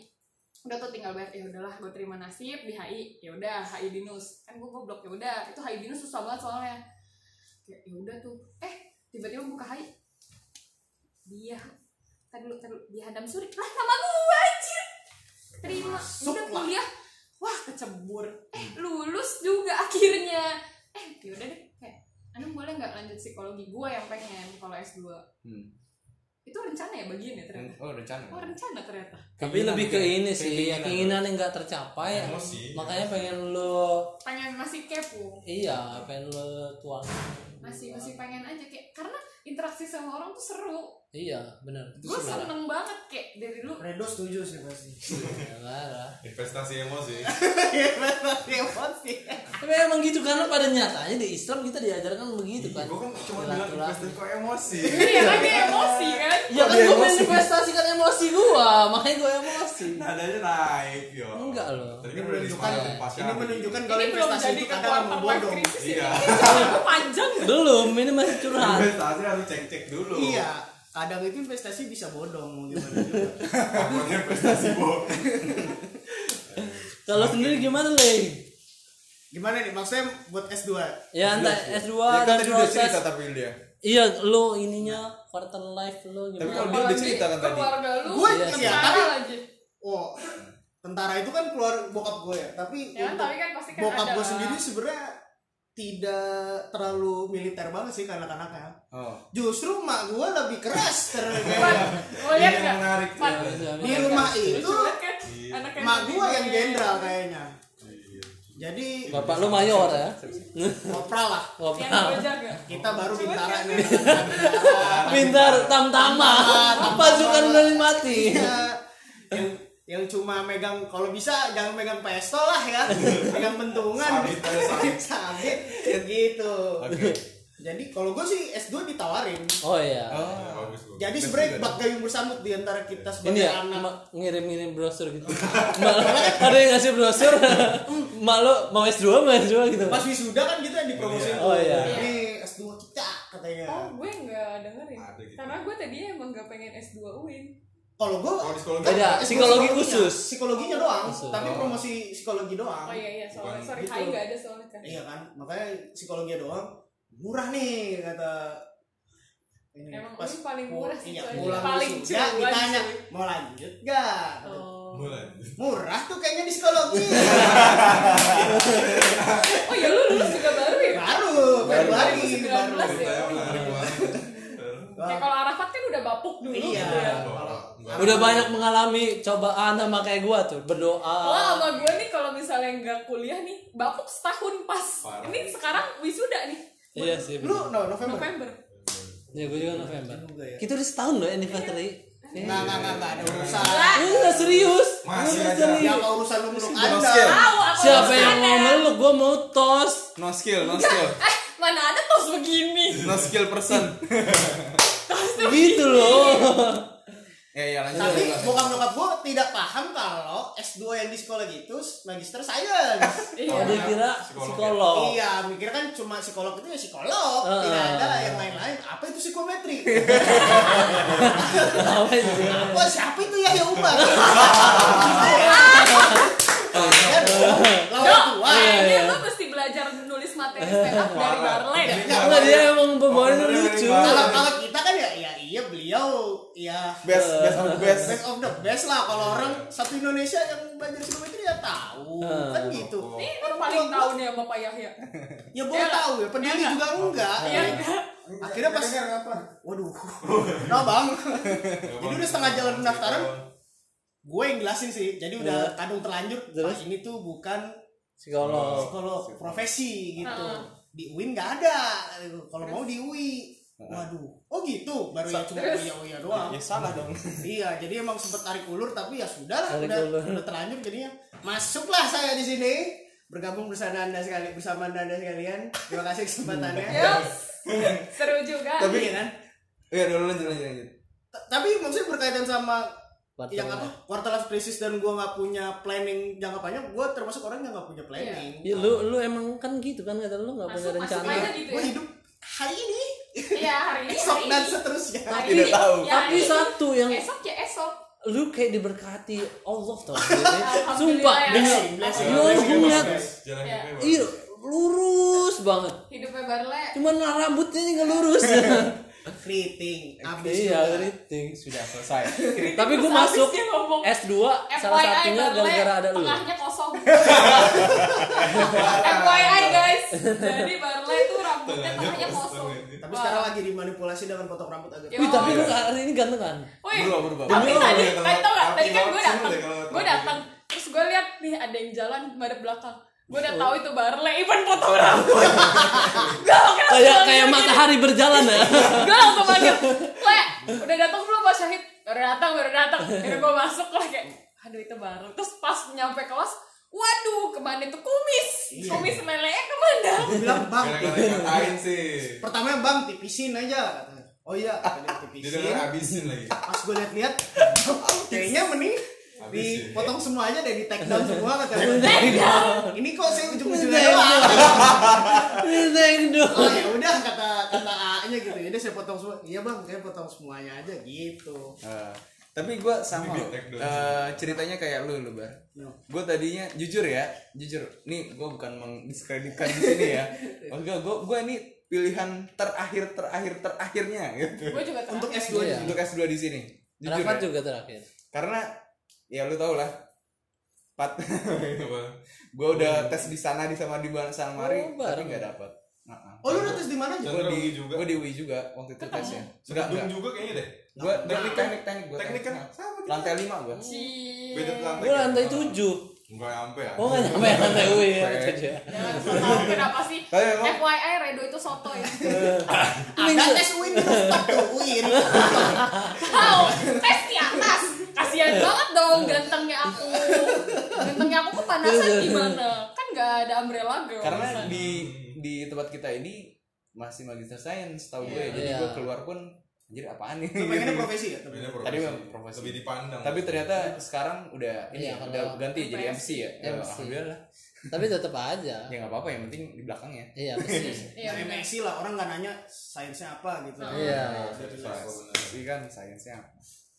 S3: udah tuh tinggal bayar ya udahlah gue terima nasib di HI ya udah HI binus kan gue goblok ya udah itu HI binus susah banget soalnya kayak ya udah tuh eh tiba-tiba buka HI dia tadi lu tadi dia hadam suri lah nama gue anjir terima
S2: Masuk
S3: udah
S2: lah.
S3: kuliah wah kecebur eh lulus juga akhirnya eh ya udah deh kayak Anum boleh nggak lanjut psikologi gue yang pengen kalau S2
S4: Hmm.
S3: itu rencana ya bagian ya ternyata
S4: Oh, rencana.
S3: oh rencana ternyata
S1: Tapi
S4: Keinginan
S1: lebih ke
S4: gitu ya.
S1: ini sih
S4: Keinginan.
S1: keinginan yang nggak tercapai.
S5: Emosi.
S1: Makanya pengen lo
S3: pengen masih kepo
S1: iya pengen lo tuang.
S3: masih masih pengen aja kayak karena interaksi sama orang tuh seru
S1: iya benar itu
S3: gue
S1: sebenarnya
S3: seneng banget kayak dari dulu
S2: Redo setuju sih pasti.
S1: Parah.
S5: investasi emosi
S2: Iya, Emosi.
S1: Tapi emang gitu karena pada nyatanya di Islam kita diajarkan begitu kan.
S5: gue kan cuma bilang
S1: Silaturahmi.
S5: investasi kok emosi
S3: iya kan dia emosi kan
S1: Iya kan
S4: Dia
S1: gue
S4: emosi.
S1: menginvestasikan emosi gue, makanya gue emosi.
S5: nadanya naik yo
S1: Enggak loh.
S5: tadi kan udah
S2: menunjukkan-
S5: disepakati pasca
S2: Ini
S5: hari.
S2: menunjukkan kalau
S3: ini belum
S2: investasi
S3: jadi
S2: itu
S3: ke
S2: kadang
S3: quarter
S2: mau
S3: life
S2: bodong.
S3: crisis
S5: Iya.
S3: ini itu panjang
S5: ya.
S1: Belum, ini masih curhat.
S5: investasi harus cek cek dulu
S2: Iya, kadang itu investasi bisa bodong mau gimana juga.
S5: Pokoknya investasi bohong
S1: Kalau sendiri gimana, Le?
S2: Gimana nih maksudnya buat S2?
S1: Ya, entah S2
S5: Dia Iya, kan
S1: dan
S5: tadi udah
S1: proses.
S5: cerita tapi dia
S1: Iya, lo ininya quarter life lo gimana?
S5: Tapi kalau dia udah
S3: Apalagi
S5: cerita kan tadi.
S3: keluarga lu Iya,
S2: Gua-
S1: iya,
S3: tentara
S2: tapi-
S3: lagi
S2: Oh, tentara itu kan keluar bokap gue ya, tapi
S3: ya kan
S2: untuk
S3: tapi kan pasti kan
S2: bokap
S3: ada
S2: gue
S3: lah.
S2: sendiri sebenarnya tidak terlalu militer banget sih kanak-kanaknya.
S4: oh
S2: Justru mak gue lebih keras
S3: Pan,
S2: terkait
S3: lo liat gak?
S5: Ini yang Iya, menarik
S3: ya? Pan,
S5: tuh.
S3: lo
S2: di
S3: liat
S2: rumah
S3: nggak?
S2: itu
S3: Lucu banget kan?
S5: Iya.
S3: Iya, Anaknya
S2: mak
S3: jadi
S2: gue yang
S3: gue.
S2: jenderal kayaknya. Jadi
S1: Bapak lo mayor ya.
S2: kopral lah.
S3: yang
S1: Wapal.
S3: gue jaga
S2: Kita baru
S3: Cuman
S2: bintara
S3: kan-
S2: nih.
S1: Pintar tamtama. Pasukan dari mati.
S2: Iya. yang yang cuma megang kalau bisa jangan megang pistol lah ya. Megang bentungan.
S5: Sabit aja, sabit.
S2: Sabit. gitu.
S4: oke
S2: Jadi kalau gue sih S2 ditawarin.
S1: Oh iya.
S5: Ya, bagus Bu.
S2: Jadi
S5: Bener
S2: sebenarnya
S5: juga.
S2: bak gayung bersambut di antara kita
S1: ini
S2: sebagai
S1: ya
S2: anak.
S1: ma- ngirim-ngirim brosur gitu Malah ada yang ngasih brosur malu mau S2 mau S2 gitu
S2: Pas wisuda kan gitu yang dipromosin.
S1: Oh, iya.
S2: tuh. Ini S2 kita katanya.
S3: oh gue nggak dengerin
S5: Ada gitu.
S3: karena gue tadinya emang gak pengen S2 UIN
S2: Kalau gue
S5: kalau di Oh. sekolah
S1: Beda.
S2: S2
S1: psikologi
S2: psikologinya.
S1: khusus.
S2: Psikologinya doang,
S1: Khusus.
S2: tapi promosi psikologi doang.
S3: oh iya iya soalnya
S5: Bukan
S2: Ah,
S3: sorry
S2: gitu.
S3: Hai gak ada soalnya kan
S2: Iya kan, makanya psikologi doang murah nih kata ini
S3: Emang
S2: pas
S3: ini paling murah sih,
S2: iya,
S3: coy.
S2: pulang
S3: Paling
S2: paling juga
S3: cuan
S2: ditanya
S3: sih.
S2: mau lanjut gak
S3: oh
S5: mulai
S2: murah tuh kayaknya di psikologi
S3: oh ya lu lulus juga baru ya
S2: baru Februari baru,
S3: 2019 ya.
S5: Ceritanya menarik banget.
S3: kayak kalau Arafat kan udah bapuk dulu
S2: iya
S3: gitu ya
S2: kalau
S5: Enggak.
S1: udah banyak mengalami cobaan sama kayak gua tuh
S3: Oh,
S1: berdoa
S3: sama gue nih kalau misalnya nggak kuliah nih, bapuk setahun pas.
S5: Parah.
S3: Ini sekarang wisuda nih,
S1: iya sih
S2: lu
S1: bener.
S2: no, November
S3: November.
S1: ya gua juga November
S2: Juga ya.
S1: kita udah setahun loh anniversary
S2: nggak nggak nggak nggak ada urusan
S1: enggak serius
S5: Masih
S1: Enggak
S5: aja.
S2: ya
S1: serius.
S2: kalau urusan lu meluk
S5: Belum
S2: anda
S5: skill.
S3: Tahu aku
S1: siapa
S3: harus
S1: yang
S3: ada.
S1: mau meluk gua mau tos
S4: no skill no skill
S3: Eh, mana ada tos begini?
S4: no skill person
S1: gitu loh
S3: Iya.
S4: ya ya lanjut
S2: tapi
S4: lanjut, lanjut.
S2: bokap nyokap gua tidak paham kalau S2 yang di psikologi itu magister science
S3: Iya.
S1: oh dia kira psikolog
S2: Iya, mikir kan cuma psikolog itu ya psikolog,
S1: Heeh.
S2: tidak ada yang lain-lain. Apa itu psikometri?
S1: apa itu
S2: Apa siapa itu ya yang umbar? Lawan tua.
S1: Iya,
S3: Kayaknya gue Iya, mesti belajar nulis materi stand up dari
S5: Parah. Iya,
S3: Barley.
S5: Ini
S1: Enggak dia emang pembawanya
S5: Oh,
S1: lucu
S5: bener-bener.
S2: Kalau kalau kita kan ya ya iya beliau ya
S4: best best of best
S2: best of the best lah kalau orang satu Indonesia yang belajar psikometri ya tahu
S1: Heeh.
S2: kan gitu.
S3: Ini orang paling
S2: Gua-
S3: tahu nih sama Pak Yahya.
S2: Ya boleh
S3: Iya.
S2: tahu ya peduli
S3: Iya.
S2: juga enggak.
S3: Iya enggak?
S2: Akhirnya pas Waduh. Nah, Bang. Jadi udah setengah jalan pendaftaran, gue yang jelasin sih jadi udah kadung terlanjur
S1: Iya. Terus?
S2: Pak, ini tuh bukan
S1: psikolog
S2: psikolog profesi gitu
S3: Heeh.
S2: di UIN nggak ada gitu. kalau mau di UI waduh oh gitu baru ya cuma
S3: Terus?
S2: iya iya doang
S4: ya salah dong
S2: iya jadi emang sempet tarik ulur tapi ya sudah lah
S1: Tarik
S2: udah,
S1: ulur.
S2: udah terlanjur jadinya masuklah saya di sini bergabung bersama anda sekali bersama anda sekalian terima kasih kesempatannya
S1: Hmm, ya.
S3: Yes. Iya. Seru juga.
S4: Tapi-
S2: Iya kan
S4: ya dulu lanjut lanjut lanjut
S2: T- tapi maksudnya berkaitan sama
S1: Quarter
S2: yang apa quarter life crisis dan gue nggak punya planning jangka panjang gue termasuk orang yang nggak punya planning
S3: Iya.
S1: Ya, lu lu emang kan gitu kan kata lu nggak punya
S3: Masuk- masuk
S1: rencana.
S3: aja gitu
S2: gue
S3: ya.
S2: hidup hari ini
S3: Iya, hari ini.
S2: esok
S3: hari
S2: dan
S3: ini.
S2: seterusnya
S3: Hari ini.
S4: Tidak tahu.
S3: Ya,
S1: Tapi
S3: hari ini.
S1: satu yang
S3: esok ya esok.
S1: lu kayak diberkati Allah tau.
S3: Alhamdulillah
S1: Sumpah
S3: ya.
S1: demi
S2: Blessing, blessing.
S1: Gila,
S2: Blessing
S1: gue
S2: emang,
S1: ngeliat
S2: guys.
S5: jalan
S3: Iya.
S5: hidupnya
S1: iya
S5: bagus.
S1: lurus banget.
S3: Hidupnya Barley.
S1: Cuman rambutnya ini nggak lurus.
S2: keriting abis
S1: iya,
S2: juga.
S1: keriting.
S4: sudah selesai
S1: Tapi gue
S3: Terus
S1: masuk
S3: habis dia ngomong,
S1: S2
S3: FYI
S1: salah satunya
S3: Barley,
S1: gara-gara ada lu.
S3: Tengahnya kosong. FYI guys. Jadi Barley tuh rambutnya tengahnya kosong.
S2: tapi sekarang lagi dimanipulasi dengan potong rambut agak
S3: Yo.
S1: Wih, tapi lu hari ini ganteng kan?
S3: Wih,
S4: Berubah, berubah.
S3: tapi
S5: Berubah,
S3: tadi,
S5: berubah.
S3: tadi tau gak,
S5: Tapi
S3: tadi kan
S5: kalau
S3: gue
S5: seru
S3: datang,
S5: deh kalau
S3: gue
S5: terlalu
S3: datang, terus gue lihat nih ada yang jalan madep belakang, gue udah tahu itu barle, Ivan potong rambut, gue kira
S1: kayak kayak matahari berjalan ya
S3: gue langsung panggil le udah datang belum pak Syahid baru datang baru datang akhirnya gue masuk lah kayak aduh itu baru terus pas nyampe kelas waduh kemana itu kumis kumis meleleh kemana
S2: Gue bilang bang,
S5: gara-gara dikatain sih
S2: pertamanya bang tipisin aja katanya. Oh iya, katanya
S5: dia
S2: tipisin.
S5: denger abisin lagi
S2: Pas gue lihat-lihat, kayaknya mending dipotong semua aja deh di take down semua katanya. Ini kok saya ujung-ujungnya doang.
S1: Thank you.
S2: Oh ya udah kata kata A-nya gitu. Jadi saya potong semua. Iya bang, saya potong semuanya aja gitu.
S4: Eh, tapi gue
S5: Ini
S4: sama loh,
S5: di-take down.
S4: eh, ceritanya kayak lu lu bar
S2: No.
S4: gue tadinya jujur ya jujur nih gue bukan mendiskreditkan di sini ya maksudnya gue gue ini pilihan terakhir terakhir terakhirnya gitu
S3: gue juga
S2: Untuk
S3: terakhir.
S2: S2
S1: Iya.
S4: untuk S 2 di sini jujur
S1: Rapat
S4: ya.
S1: juga terakhir.
S4: karena ya lu tau lah pat
S5: Apa?
S4: gue udah tes di sana di sama di bulan
S1: Oh,
S4: Mari tapi
S1: bareng.
S4: nggak dapat Nah,
S2: Oh lu notice di mana aja?
S4: gue
S5: Chandra
S4: di
S5: UI juga.
S4: gue di UI juga waktu itu ya. tesnya enggak
S5: Sedung
S4: enggak
S5: juga kayaknya deh
S4: gue Nah, teknik teknik teknik gue
S5: teknik kan
S4: lantai lima gue
S3: Cie.
S5: beda lantai
S1: Gue lantai tujuh.
S5: enggak nyampe ya
S1: Oh nggak nyampe lantai gue ya. lantai tujuh.
S3: Jangan so tau kenapa sih
S4: Tapi emang-
S3: FYI Redo itu soto ya
S2: Ada tes UIN di rooftop tuh, UIN.
S3: Tahu tes di atas kasihan banget dong gantengnya aku gantengnya aku kepanasan gimana kan nggak ada umbrella Iya, girl
S4: karena di di tempat kita ini masih magister sains tahu gue ya. jadi
S1: Iya.
S4: gue keluar pun anjir apaan nih
S2: Lu pengennya profesi ya?
S5: Beda profesi.
S4: Tadi memang profesi.
S5: lebih dipandang
S4: tapi ternyata sekarang udah ini
S1: Iya,
S4: ya,
S1: kalau
S4: udah ganti jadi
S3: MPS.
S4: MC ya Ya,
S1: MC.
S4: alhamdulillah
S1: Tapi tetap aja.
S4: ya nggak apa-apa yang penting di belakang ya
S1: Iya pasti.
S3: Iya, Oh.
S2: Nah,
S3: bener.
S2: MSc lah, orang nggak nanya sainsnya apa gitu.
S1: Iya.
S4: tapi kan sainsnya apa?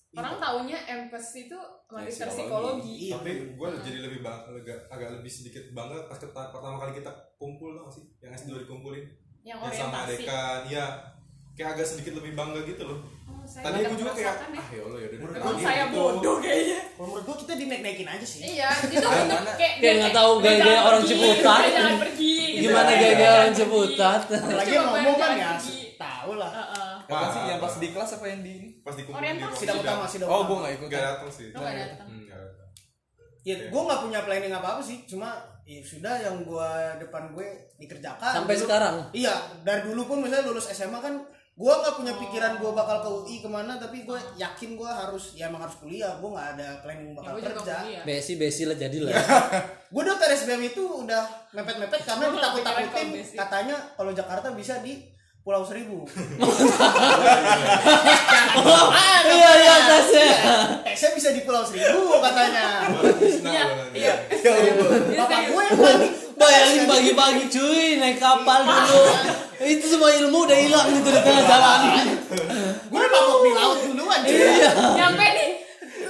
S3: orang taunya MPS itu magister psikologi
S2: Iya.
S5: tapi gue jadi lebih bang agak, agak lebih sedikit bangga pas kita, pertama kali kita kumpul tau gak sih yang S2 dikumpulin
S3: yang
S5: yang Ya, sama
S3: orientasi
S5: dekan ya kayak agak sedikit lebih bangga gitu loh
S3: Oh, saya
S5: tadi
S3: nggak
S5: gue juga kayak
S3: merasakan ya.
S5: ah ya Allah ya udah
S3: Memang saya bodoh kayaknya
S2: Kalau menurut gua kita dinaik-naikin aja sih.
S3: iya itu
S4: Yang
S3: untuk
S4: mana?
S3: kayak
S1: Kayak nggak tahu gaya-gaya
S3: jangan
S1: orang
S3: pergi,
S1: Ciputat.
S3: dia jangan pergi gitu.
S1: Gimana
S3: Dia
S1: gaya-gaya
S3: jangan
S1: orang
S3: pergi.
S1: Ciputat?
S2: Apalagi
S3: Coba
S2: yang ngomong kan
S3: bayangin
S2: ya,
S3: lagi.
S2: tahu lah.
S3: Heeh.
S4: Apa sih yang pas di kelas apa yang di ini?
S5: pas dikumpulin
S3: Orientasi.
S5: di
S2: Sidang
S5: ruang
S2: utama, sidang
S4: Oh,
S2: utama.
S4: gue nggak ikut.
S5: Gak datang sih
S3: Lo nggak datang.
S5: Hmm, nggak datang.
S2: Ya, gue nggak punya planning apa apa sih, cuma ya sudah yang gue depan gue dikerjakan.
S1: Sampai
S2: Dulu-
S1: sekarang?
S2: Iya, dari dulu pun misalnya lulus SMA kan, gue nggak punya pikiran gue bakal ke UI kemana, tapi gue yakin gue harus, ya emang harus kuliah. Gue nggak ada planning
S3: Ya,
S2: bakal
S3: gua juga
S2: kerja.
S3: kuliah.
S1: Besi besi lah jadilah.
S2: Gue daftar SBM itu udah mepet-mepet karena
S3: Gua nggak
S2: ditakut-takutin
S3: kepikiran kalau basic.
S2: katanya kalau Jakarta bisa di Pulau Seribu.
S1: Iya iya tasnya.
S2: Tesnya Nah, bisa di Pulau Seribu
S1: Ya
S2: katanya.
S5: Nah,
S3: Iya,
S5: nah,
S3: iya. Iya,
S2: Bapak
S3: serius.
S2: gue yang panik.
S1: Bayangin pagi-pagi cuy naik kapal dulu. Itu semua ilmu udah hilang gitu di tengah jalan.
S2: Gue udah mabok di laut duluan. cuy.
S1: Iya.
S3: nyampe nih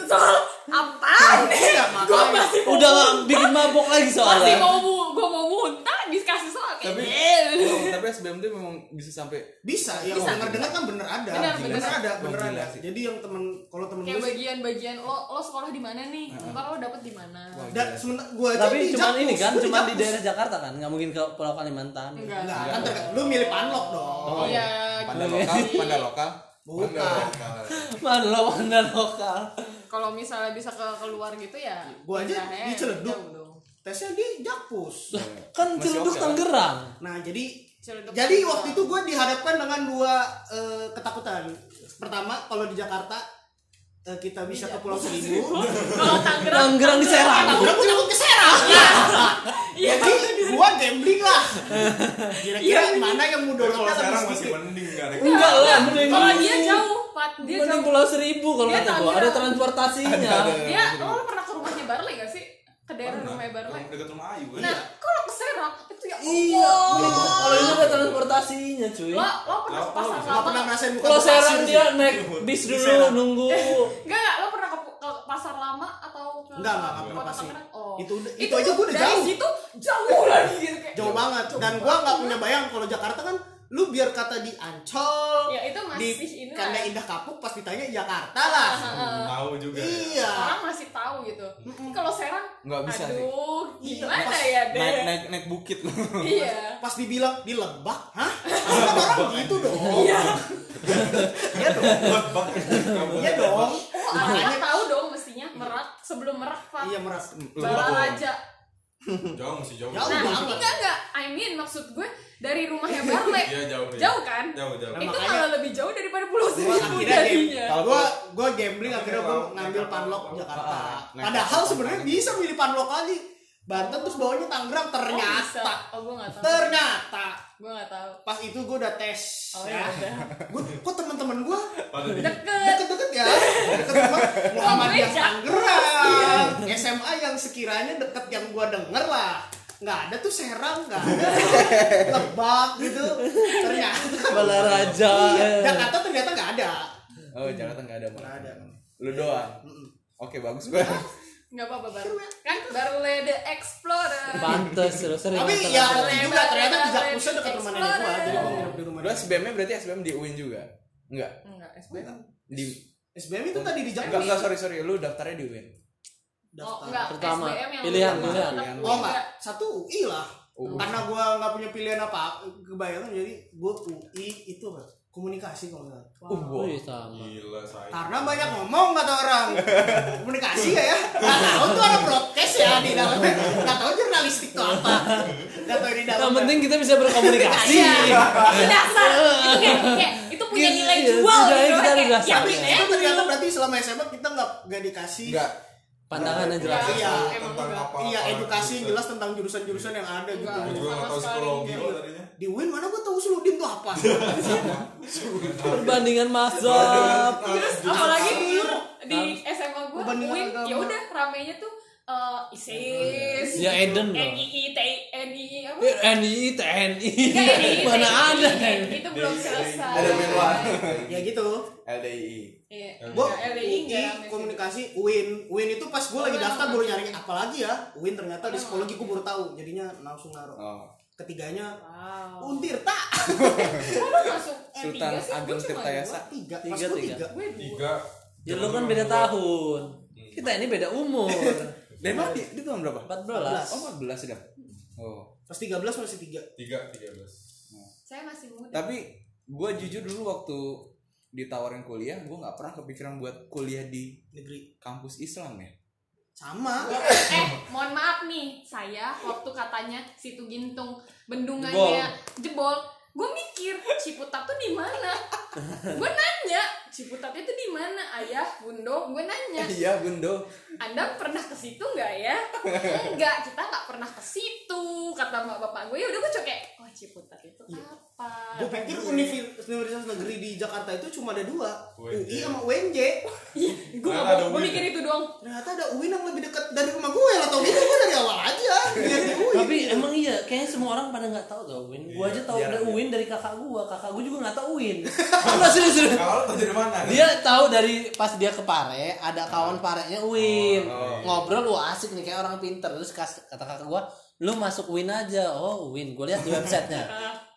S3: soal apaan
S2: Iya,
S3: gue
S2: makanya.
S3: masih mau
S1: Udah nggak bikin mabok lagi
S3: masih
S1: soalnya.
S3: mau gue mau muntah dikasih soal kayak
S4: Tapi-
S3: "Eh."
S4: Oh, tapi SBM tuh memang bisa sampai
S2: bisa yang
S3: Bisa.
S2: denger dengar kan bener ada
S3: Bener,
S2: bener,
S3: bener.
S2: ada
S4: Wah,
S2: bener
S4: gila
S2: ada
S4: sih.
S2: jadi yang temen kalau temen gue
S3: kayak
S2: sih-
S3: bagian-bagian lo lo sekolah di mana nih ntar lo dapet di mana
S4: Wah,
S2: dan
S4: gila.
S2: sementara gue aja
S1: Tapi
S2: di
S1: cuman
S2: Jakpus,
S1: ini kan
S2: gua
S1: cuman di
S2: Jakpus.
S1: daerah Jakarta kan, nggak mungkin ke Pulau Kalimantan.
S3: enggak
S2: Enggak, kan terga- lu milih panlok dong
S4: Oh,
S3: iya
S4: panda
S3: gitu
S4: lokal
S3: sih.
S4: panda lokal
S2: bukan
S1: Mana lo mana lokal.
S3: kalau misalnya bisa ke keluar gitu ya
S2: Gua aja
S3: pindahnya
S2: di Ciledug.
S3: jauh dong.
S2: tesnya di jakpus
S1: Kan
S4: Masih
S1: Ciledug
S4: oke lah.
S1: Tangerang.
S2: nah jadi
S3: Ciledug.
S2: jadi waktu itu gue dihadapkan dengan dua eh, ketakutan pertama kalau di Jakarta eh, kita bisa ke Pulau Seribu
S3: kalau Tangerang
S1: Tangerang di Serang.
S2: Udah gue takut keserang
S3: iya
S2: Jadi gue gambling lah Kira-kira
S3: Iya.
S2: mana yang
S5: kalau
S2: mudorotnya
S5: sekarang
S2: lebih
S5: masih
S3: gitu.
S2: sedikit
S5: mending nggak ada
S1: Enggak lah, mending
S3: kalau
S2: Iya
S3: dia
S1: mending-
S3: jauh Pat dia
S1: Mending
S3: jauh
S1: Pulau Seribu kalau
S3: Dia
S1: kata gua, ada
S3: Tangerang.
S1: transportasinya.
S3: dia lo pernah ke rumahnya Barley gak sih ke daerah rumahnya Barley
S2: Oh,
S5: dekat rumah Ayu kan
S3: nah
S2: iya.
S3: kalau ke Serang itu ya
S1: Iya,
S3: Allah.
S1: kalau itu ada transportasinya cuy.
S3: lo lo pernah ke
S5: Lo- lo
S3: pasar
S5: bisa-
S2: Gak pernah
S3: lama
S2: ngerasain bukan
S1: Kalau
S2: pasir
S1: Serang
S2: sih.
S1: dia naik bis
S5: Di
S1: dulu
S5: Serang.
S1: nunggu.
S3: Enggak, enggak, lo pernah ke, ke pasar lama atau ke
S2: Enggak, enggak, enggak
S3: ke
S2: pernah
S3: kota
S2: pasti.
S3: Tangerang? Oh.
S2: Itu udah- itu aja gua udah
S3: dari
S2: jauh.
S3: situ jauh lagi gitu kayak.
S2: jauh banget dan gua nggak punya bayang kalau Jakarta kan lu biar kata di Ancol
S3: Ya, itu masih
S2: di
S3: ini lah.
S2: kanda indah kapuk pas ditanya Jakarta lah
S5: tahu juga ya.
S2: iya
S3: Orang masih tahu gitu. Kalau Serang
S4: Nggak bisa sih.
S3: Aduh,
S2: Iya,
S3: gimana
S2: pas
S3: ya, Dek?
S4: naik naik naik bukit loh
S3: Iya.
S2: pas dibilang di lebak hah Maksudnya orang gitu dong
S3: Iya.
S2: iya dong
S5: Buat banget. Kamu
S2: iya dong
S3: Oh, akhirnya tahu dong mestinya Merak sebelum Merak, Pak.
S2: iya meras
S3: Bala Raja.
S5: jauh masih jauh
S2: Jauh.
S3: Nah,
S2: banget.
S3: enggak enggak. I mean maksud gue dari rumahnya Barle
S5: Iya, jauh, iya.
S3: jauh kan
S5: Jauh jauh.
S3: itu
S2: Makanya-
S3: malah lebih jauh daripada Pulau
S2: Gua
S3: Seribu
S2: akhirnya game-
S3: jadinya
S2: kalau gua gua gambling akhirnya gua
S5: Kalau-
S2: ngambil
S5: kalau-
S2: Panlok
S5: kalau-
S2: Jakarta.
S4: Ah, naik
S2: Padahal
S4: kapal.
S2: sebenarnya bisa milih Panlok lagi. Banten terus bawahnya Tangerang
S3: oh, bisa.
S2: ternyata.
S3: oh gue nggak tahu
S2: Ternyata
S3: gue nggak tahu
S2: pas itu gua udah tes
S3: oh ya
S2: ya.
S3: udah
S2: Gua kok teman-teman gua
S5: Padahal di-
S3: deket
S2: deket-deket ya. Deket sama Muhammadiyah
S3: Wah, gue
S2: Tangerang. SMA yang sekiranya deket yang gua denger lah. Nggak ada tuh Serang, nggak ada Lebak gitu. Ternyata
S1: Balaraja.
S2: Iya, Jakarta ternyata nggak ada.
S4: Oh, Jakarta enggak ada malah.
S2: Nggak ada.
S4: Lu doang. Oke, bagus banget.
S3: nggak apa-apa Barle
S2: ya.
S3: kan Barle the Explorer
S1: Pantes terus sering.
S2: Tapi
S1: nonton
S2: ya
S1: acara.
S2: aneh juga ternyata di Jakarta dekat rumah nenek gua, jadi gua nginep di rumah.
S4: Lu SBM-nya berarti SBM di UIN juga? Enggak.
S3: enggak
S2: kan?
S3: SBM
S4: Di
S2: SBM itu tadi di
S4: Enggak,
S2: Jakarta.
S4: enggak, sorry, sorry. Lu daftarnya di UIN.
S3: Oh,
S2: Daftar.
S3: enggak,
S1: Pertama,
S3: SBM yang
S1: pilihan,
S3: pertama.
S1: pilihan.
S3: Tetap
S4: Pilihan.
S2: Oh
S3: enggak.
S2: enggak, satu UI lah.
S4: Oh.
S2: Karena gua nggak punya pilihan apa, kebayang jadi gua UI itu apa? Komunikasi kalau nggak. salah.
S4: Uh, gua.
S1: Wih, Iya, sama.
S5: Gila saya.
S2: Karena banyak ngomong kata orang. Komunikasi ya ya. Nggak tahu tuh ada broadcast ya di dalamnya. Nggak tahu jurnalistik tuh apa. Nggak tahu di dalamnya.
S1: Yang penting kita bisa berkomunikasi.
S3: Iya. Itu dasar. Itu kayak- kayak itu punya
S1: Gitu,
S3: nilai
S1: iya,
S3: jual
S1: budaya
S3: gitu.
S1: kita iya. ada
S3: Kayak,
S1: dasar.
S3: ya,
S2: tapi
S3: budaya
S2: itu
S3: lu.
S2: ternyata berarti selama SMA kita nggak nggak dikasih
S4: Enggak.
S1: Pandangan yang jelas.
S2: Iya.
S3: emang
S5: Tentang
S3: enggak.
S5: apa?
S2: iya
S5: apa,
S2: edukasi yang
S5: gitu.
S2: jelas tentang jurusan-jurusan yang ada gitu
S5: Gua juga nggak tahu
S3: Sama sekali
S5: psikologi
S3: enggak.
S5: lo tadinya.
S2: di UIN mana gua tahu Suludin tuh apa
S1: Perbandingan mazhab.
S5: Iya.
S3: Apalagi dulu di
S1: Harus.
S3: SMA gue,
S2: Perbandingan
S3: Win,
S2: agama.
S3: ya udah ramenya tuh eh, ISIS,
S1: Ya, Eden lah.
S3: NII, TI, NII apa?
S1: Eh, NII, TNI.
S3: Enggak, NII,
S1: Mana
S3: TI,
S1: ada? Iya,
S3: Itu belum selesai.
S4: Ada manual.
S2: ya gitu
S4: LDII.
S3: Iya,
S1: Ya,
S2: gue
S3: enggak, LDI
S2: UI
S1: iya,
S3: enggak rame sih.
S2: komunikasi UIN UIN itu pas gue lagi
S3: Emang
S2: daftar
S3: apa?
S2: baru nyari apalagi ya UIN ternyata
S1: Iya.
S2: di
S3: Emang
S2: psikologi
S3: apa?
S2: gue baru tahu jadinya langsung naruh
S4: Oh.
S2: ketiganya
S3: Wow.
S2: untir tak
S3: Kok lu masuk M3
S4: Sultan
S3: sih? Gua
S4: Ageng
S3: cuma
S4: Tirtayasa.
S2: tiga
S1: Tiga,
S2: pas
S1: tiga.
S2: gue tiga
S3: dua. Gue dua.
S5: Tiga.
S1: Ya lu kan beda tahun. Kita ini beda umur.
S4: Dari mana dia? Dia tahun berapa?
S1: 14.
S4: Oh, 14 sudah. Oh.
S2: pas tiga belas masih tiga
S5: Tiga, tiga belas.
S3: Saya masih muda.
S4: Tapi gue jujur dulu waktu ditawarin kuliah, gue nggak pernah kepikiran buat kuliah di
S2: negeri
S4: kampus Islam ya.
S2: sama
S3: eh, mohon maaf nih, saya waktu katanya situ gintung bendungannya jebol, gue mikir Ciputat tuh di mana? gue nanya Ciputat itu di mana ayah, bundo, gue nanya.
S4: Iya, Bundo.
S3: Anda pernah ke situ nggak ya? Enggak, kita nggak pernah ke situ kata mak bapak gue. Ya udah gue cok kayak, wah Ciputat itu apa?
S2: gue pikir univ- universitas negeri di Jakarta itu cuma ada dua
S5: UNJ.
S2: UI sama UNJ
S3: Iya, gue
S5: Mana
S3: nggak
S5: ada
S3: mau, gue
S5: Win?
S3: mikir itu doang.
S2: ternyata ada UIN yang lebih dekat dari rumah gue lah tau gitu gue dari awal aja lihat di UIN
S1: Tapi emang iya, kayaknya semua orang pada nggak tahu tau Win. Gua aja
S5: Iya,
S1: tahu
S4: jarang
S1: dari
S4: ya.
S1: Win dari kakak gua. Kakak gua juga nggak tahu Win. Enggak serius serius.
S5: Kalau tadi dari mana?
S3: Iya.
S1: Dia tahu dari pas dia ke Pare, ada kawan Parenya Win.
S5: Oh, oh.
S1: Ngobrol wah asik nih kayak orang pinter. Terus kas- kata kakak gua, lu masuk Win aja. Oh, Win. Gua lihat di websitenya.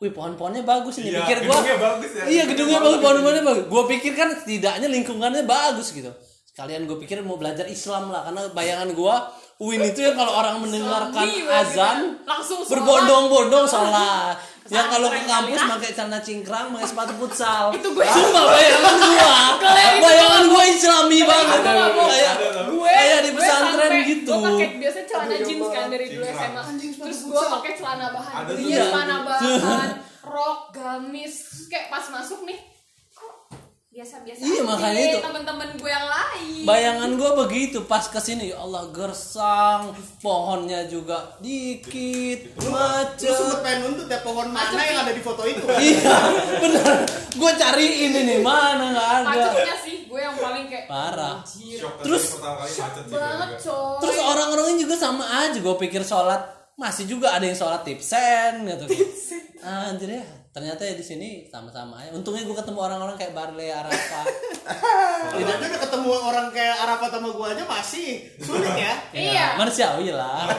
S1: Wih, pohon-pohonnya bagus ini.
S5: Iya,
S1: Pikir gua
S5: gedungnya bagus ya.
S1: Iya, gedungnya bagus, pohon-pohonnya bagus. Gua pikir kan setidaknya lingkungannya bagus gitu. Sekalian gue pikir mau belajar Islam lah karena bayangan gua Win itu yang kalau orang mendengarkan
S3: Suami, wah,
S1: azan
S3: gitu. langsung sholat.
S1: berbondong-bondong sholat yang kalau ke
S3: Pesantren
S1: kampus
S3: kali, ah.
S1: pakai celana cingkrang pakai sepatu futsal
S3: Itu gue-
S1: sumpah bayangan gua
S3: Kalau itu
S1: bayangan gua islami banget
S3: itu gak bohong.
S1: kayak
S3: gue
S1: kayak di pesantren
S3: sampai-
S1: gitu
S3: gue pakai biasanya celana jeans kan dari dulu
S5: Jeans.
S3: SMA
S2: Anjing, sepatu
S3: terus gue
S2: futsal.
S3: pakai celana bahan
S5: Ada
S3: iya
S1: tuh.
S3: celana bahan rok gamis Terus kayak pas masuk nih kok biasa-biasa
S1: Iya,
S3: aja ya
S1: makanya itu.
S3: temen-temen gue yang lain
S1: bayangan gua begitu pas kesini ya Allah gersang pohonnya juga dikit
S2: Lu sempet
S1: macet
S2: pengen nuntut ya pohon mana
S3: Macet.
S2: yang ada di foto itu
S1: iya bener gua cariin ini mana nggak ada
S3: macetnya sih gue yang paling kayak
S1: Parah.
S3: anjir
S5: Shock tadi
S1: Terus,
S5: pertama kali macet gitu. juga.
S3: banget
S5: juga.
S3: coy
S1: Terus orang-orangnya juga sama aja gue pikir sholat masih juga ada yang sholat tipsen gitu. Anjir ya, ternyata ya di sini sama-sama aja. Untungnya gue ketemu orang-orang kayak Barley, Arafa.
S2: Tidak aja udah ketemu orang kayak Arafat sama gue aja masih sulit ya.
S1: Ya,
S3: iya
S1: Manusiawi lah.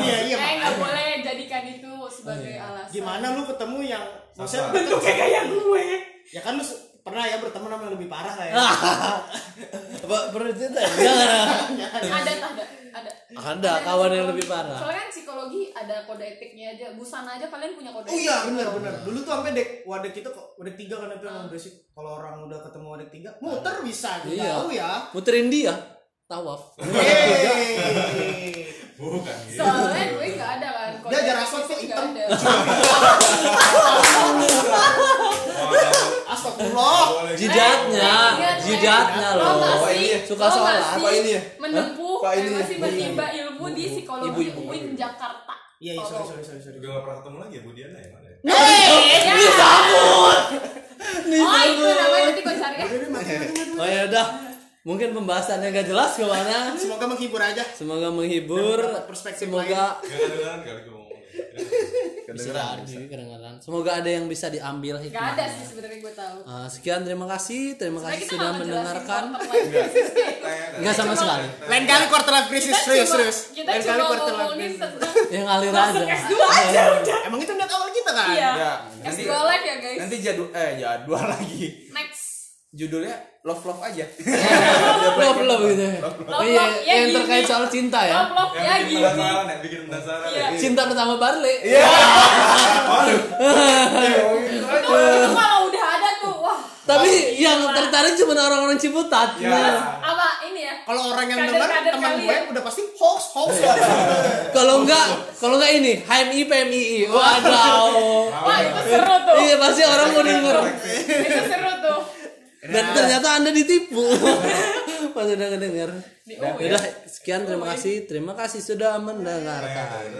S2: iya iya.
S3: eh
S2: makanya.
S3: nggak boleh jadikan itu sebagai
S1: Iya.
S3: alasan
S2: Gimana lu ketemu yang maksudnya
S5: Sama.
S2: bentuknya kayak gue? Ya kan lu se- pernah ya berteman sama yang lebih parah lah ya.
S1: Ah. Apa perlu cerita? ya? Jangan.
S3: ada ada ada
S1: Ada kawan yang lebih parah.
S3: soalnya kan psikologi ada kode etiknya aja busana aja kalian punya kode
S2: Oh
S3: etik.
S2: iya benar benar. Dulu tuh sampai dek wadah kita kok wadah tiga kan itu yang basic. Kalau orang udah ketemu wadah tiga muter bisa kita
S1: Iya.
S2: tahu ya.
S1: Muterin dia. tawaf
S2: Yeay.
S5: Bukan gitu.
S3: soalnya gue nggak ada kan kalau
S2: Dia
S3: dari
S2: jarak kok
S3: fisik
S2: hitam.
S3: nggak ada. Iya,
S5: Oh, nggak
S2: Astagfirullah.
S5: boleh.
S1: jidatnya
S3: Eh, lihat,
S1: jidatnya
S3: lo
S1: loh
S3: nggak
S4: Apa
S3: sih
S4: ini?
S1: Suka
S3: lo nggak
S1: salah.
S3: sih
S4: Apa ini ya?
S3: menempuh
S4: Apa
S3: eh,
S4: ini ya?
S3: masih menimba ilmu di
S4: Ibu-ibu.
S3: psikologi
S1: Ibu-ibu.
S3: UIN Jakarta
S2: Iya, iya, sorry, sorry, sorry, sorry.
S5: Udah gak pernah ketemu lagi ya Bu Diana ya? Mana ya?
S3: Iya. oh itu namanya nanti gue cari ya
S1: oh ya udah mungkin pembahasannya gak jelas kemana
S2: Semoga menghibur aja.
S1: semoga menghibur
S2: Dan dapat perspektif
S1: semoga
S5: Gak kedengeran kali gue ngomong.
S3: Nah.
S1: Istirahat juga kedengaran. semoga ada yang bisa diambil
S3: nggak ada
S1: hikmahnya
S3: sih sebenarnya gue tahu
S1: Eh, sekian terima kasih terima
S3: Sebenarnya
S1: kasih sudah
S3: kita nggak ngejelasin
S1: mendengarkan
S3: quarter life crisis kayak itu.
S1: nggak sama sekali
S2: Lain kali quarter life crisis,
S3: Kita
S2: serius,
S3: cuma-
S2: serius.
S3: kita
S2: Lain kali
S3: cuma
S2: quarter life
S3: ngomongin
S2: crisis.
S3: tentang
S1: yang Ya, ngalir aja
S3: masuk
S1: Iya,
S3: S2 aja udah
S2: Emang itu niat awal kita kan?
S3: iya
S4: Ya, nanti-
S3: S2 live ya guys
S4: Nanti jadwal eh jadwal lagi.
S3: next
S4: Judulnya love love aja.
S1: Iya, love love gitu
S3: Love,
S1: iya
S3: love, ya
S1: yang
S3: gini.
S1: terkait soal cinta ya
S3: love love ya
S5: Ya, bikin
S3: gini
S5: penasaran ya, bikin penasaran.
S3: Iya.
S5: ya.
S1: cinta pertama Barley
S3: itu itu kalau udah ada tuh wah
S1: tapi yang tertarik cuma orang-orang Ciputat
S5: Ya.
S3: apa ini ya
S2: Kalau orang yang
S3: Kader-kader
S2: dengar teman
S3: kali
S2: gue
S3: ya.
S2: udah pasti hoax, hoax.
S1: kalau enggak kalau enggak ini HMI PMII waduh
S3: wah itu seru tuh
S1: iya pasti orang mau denger
S3: itu seru tuh
S1: dan ternyata anda ditipu pas udah ngedenger
S3: Di Iya.
S1: ya. udah sekian terima kasih terima kasih sudah mendengarkan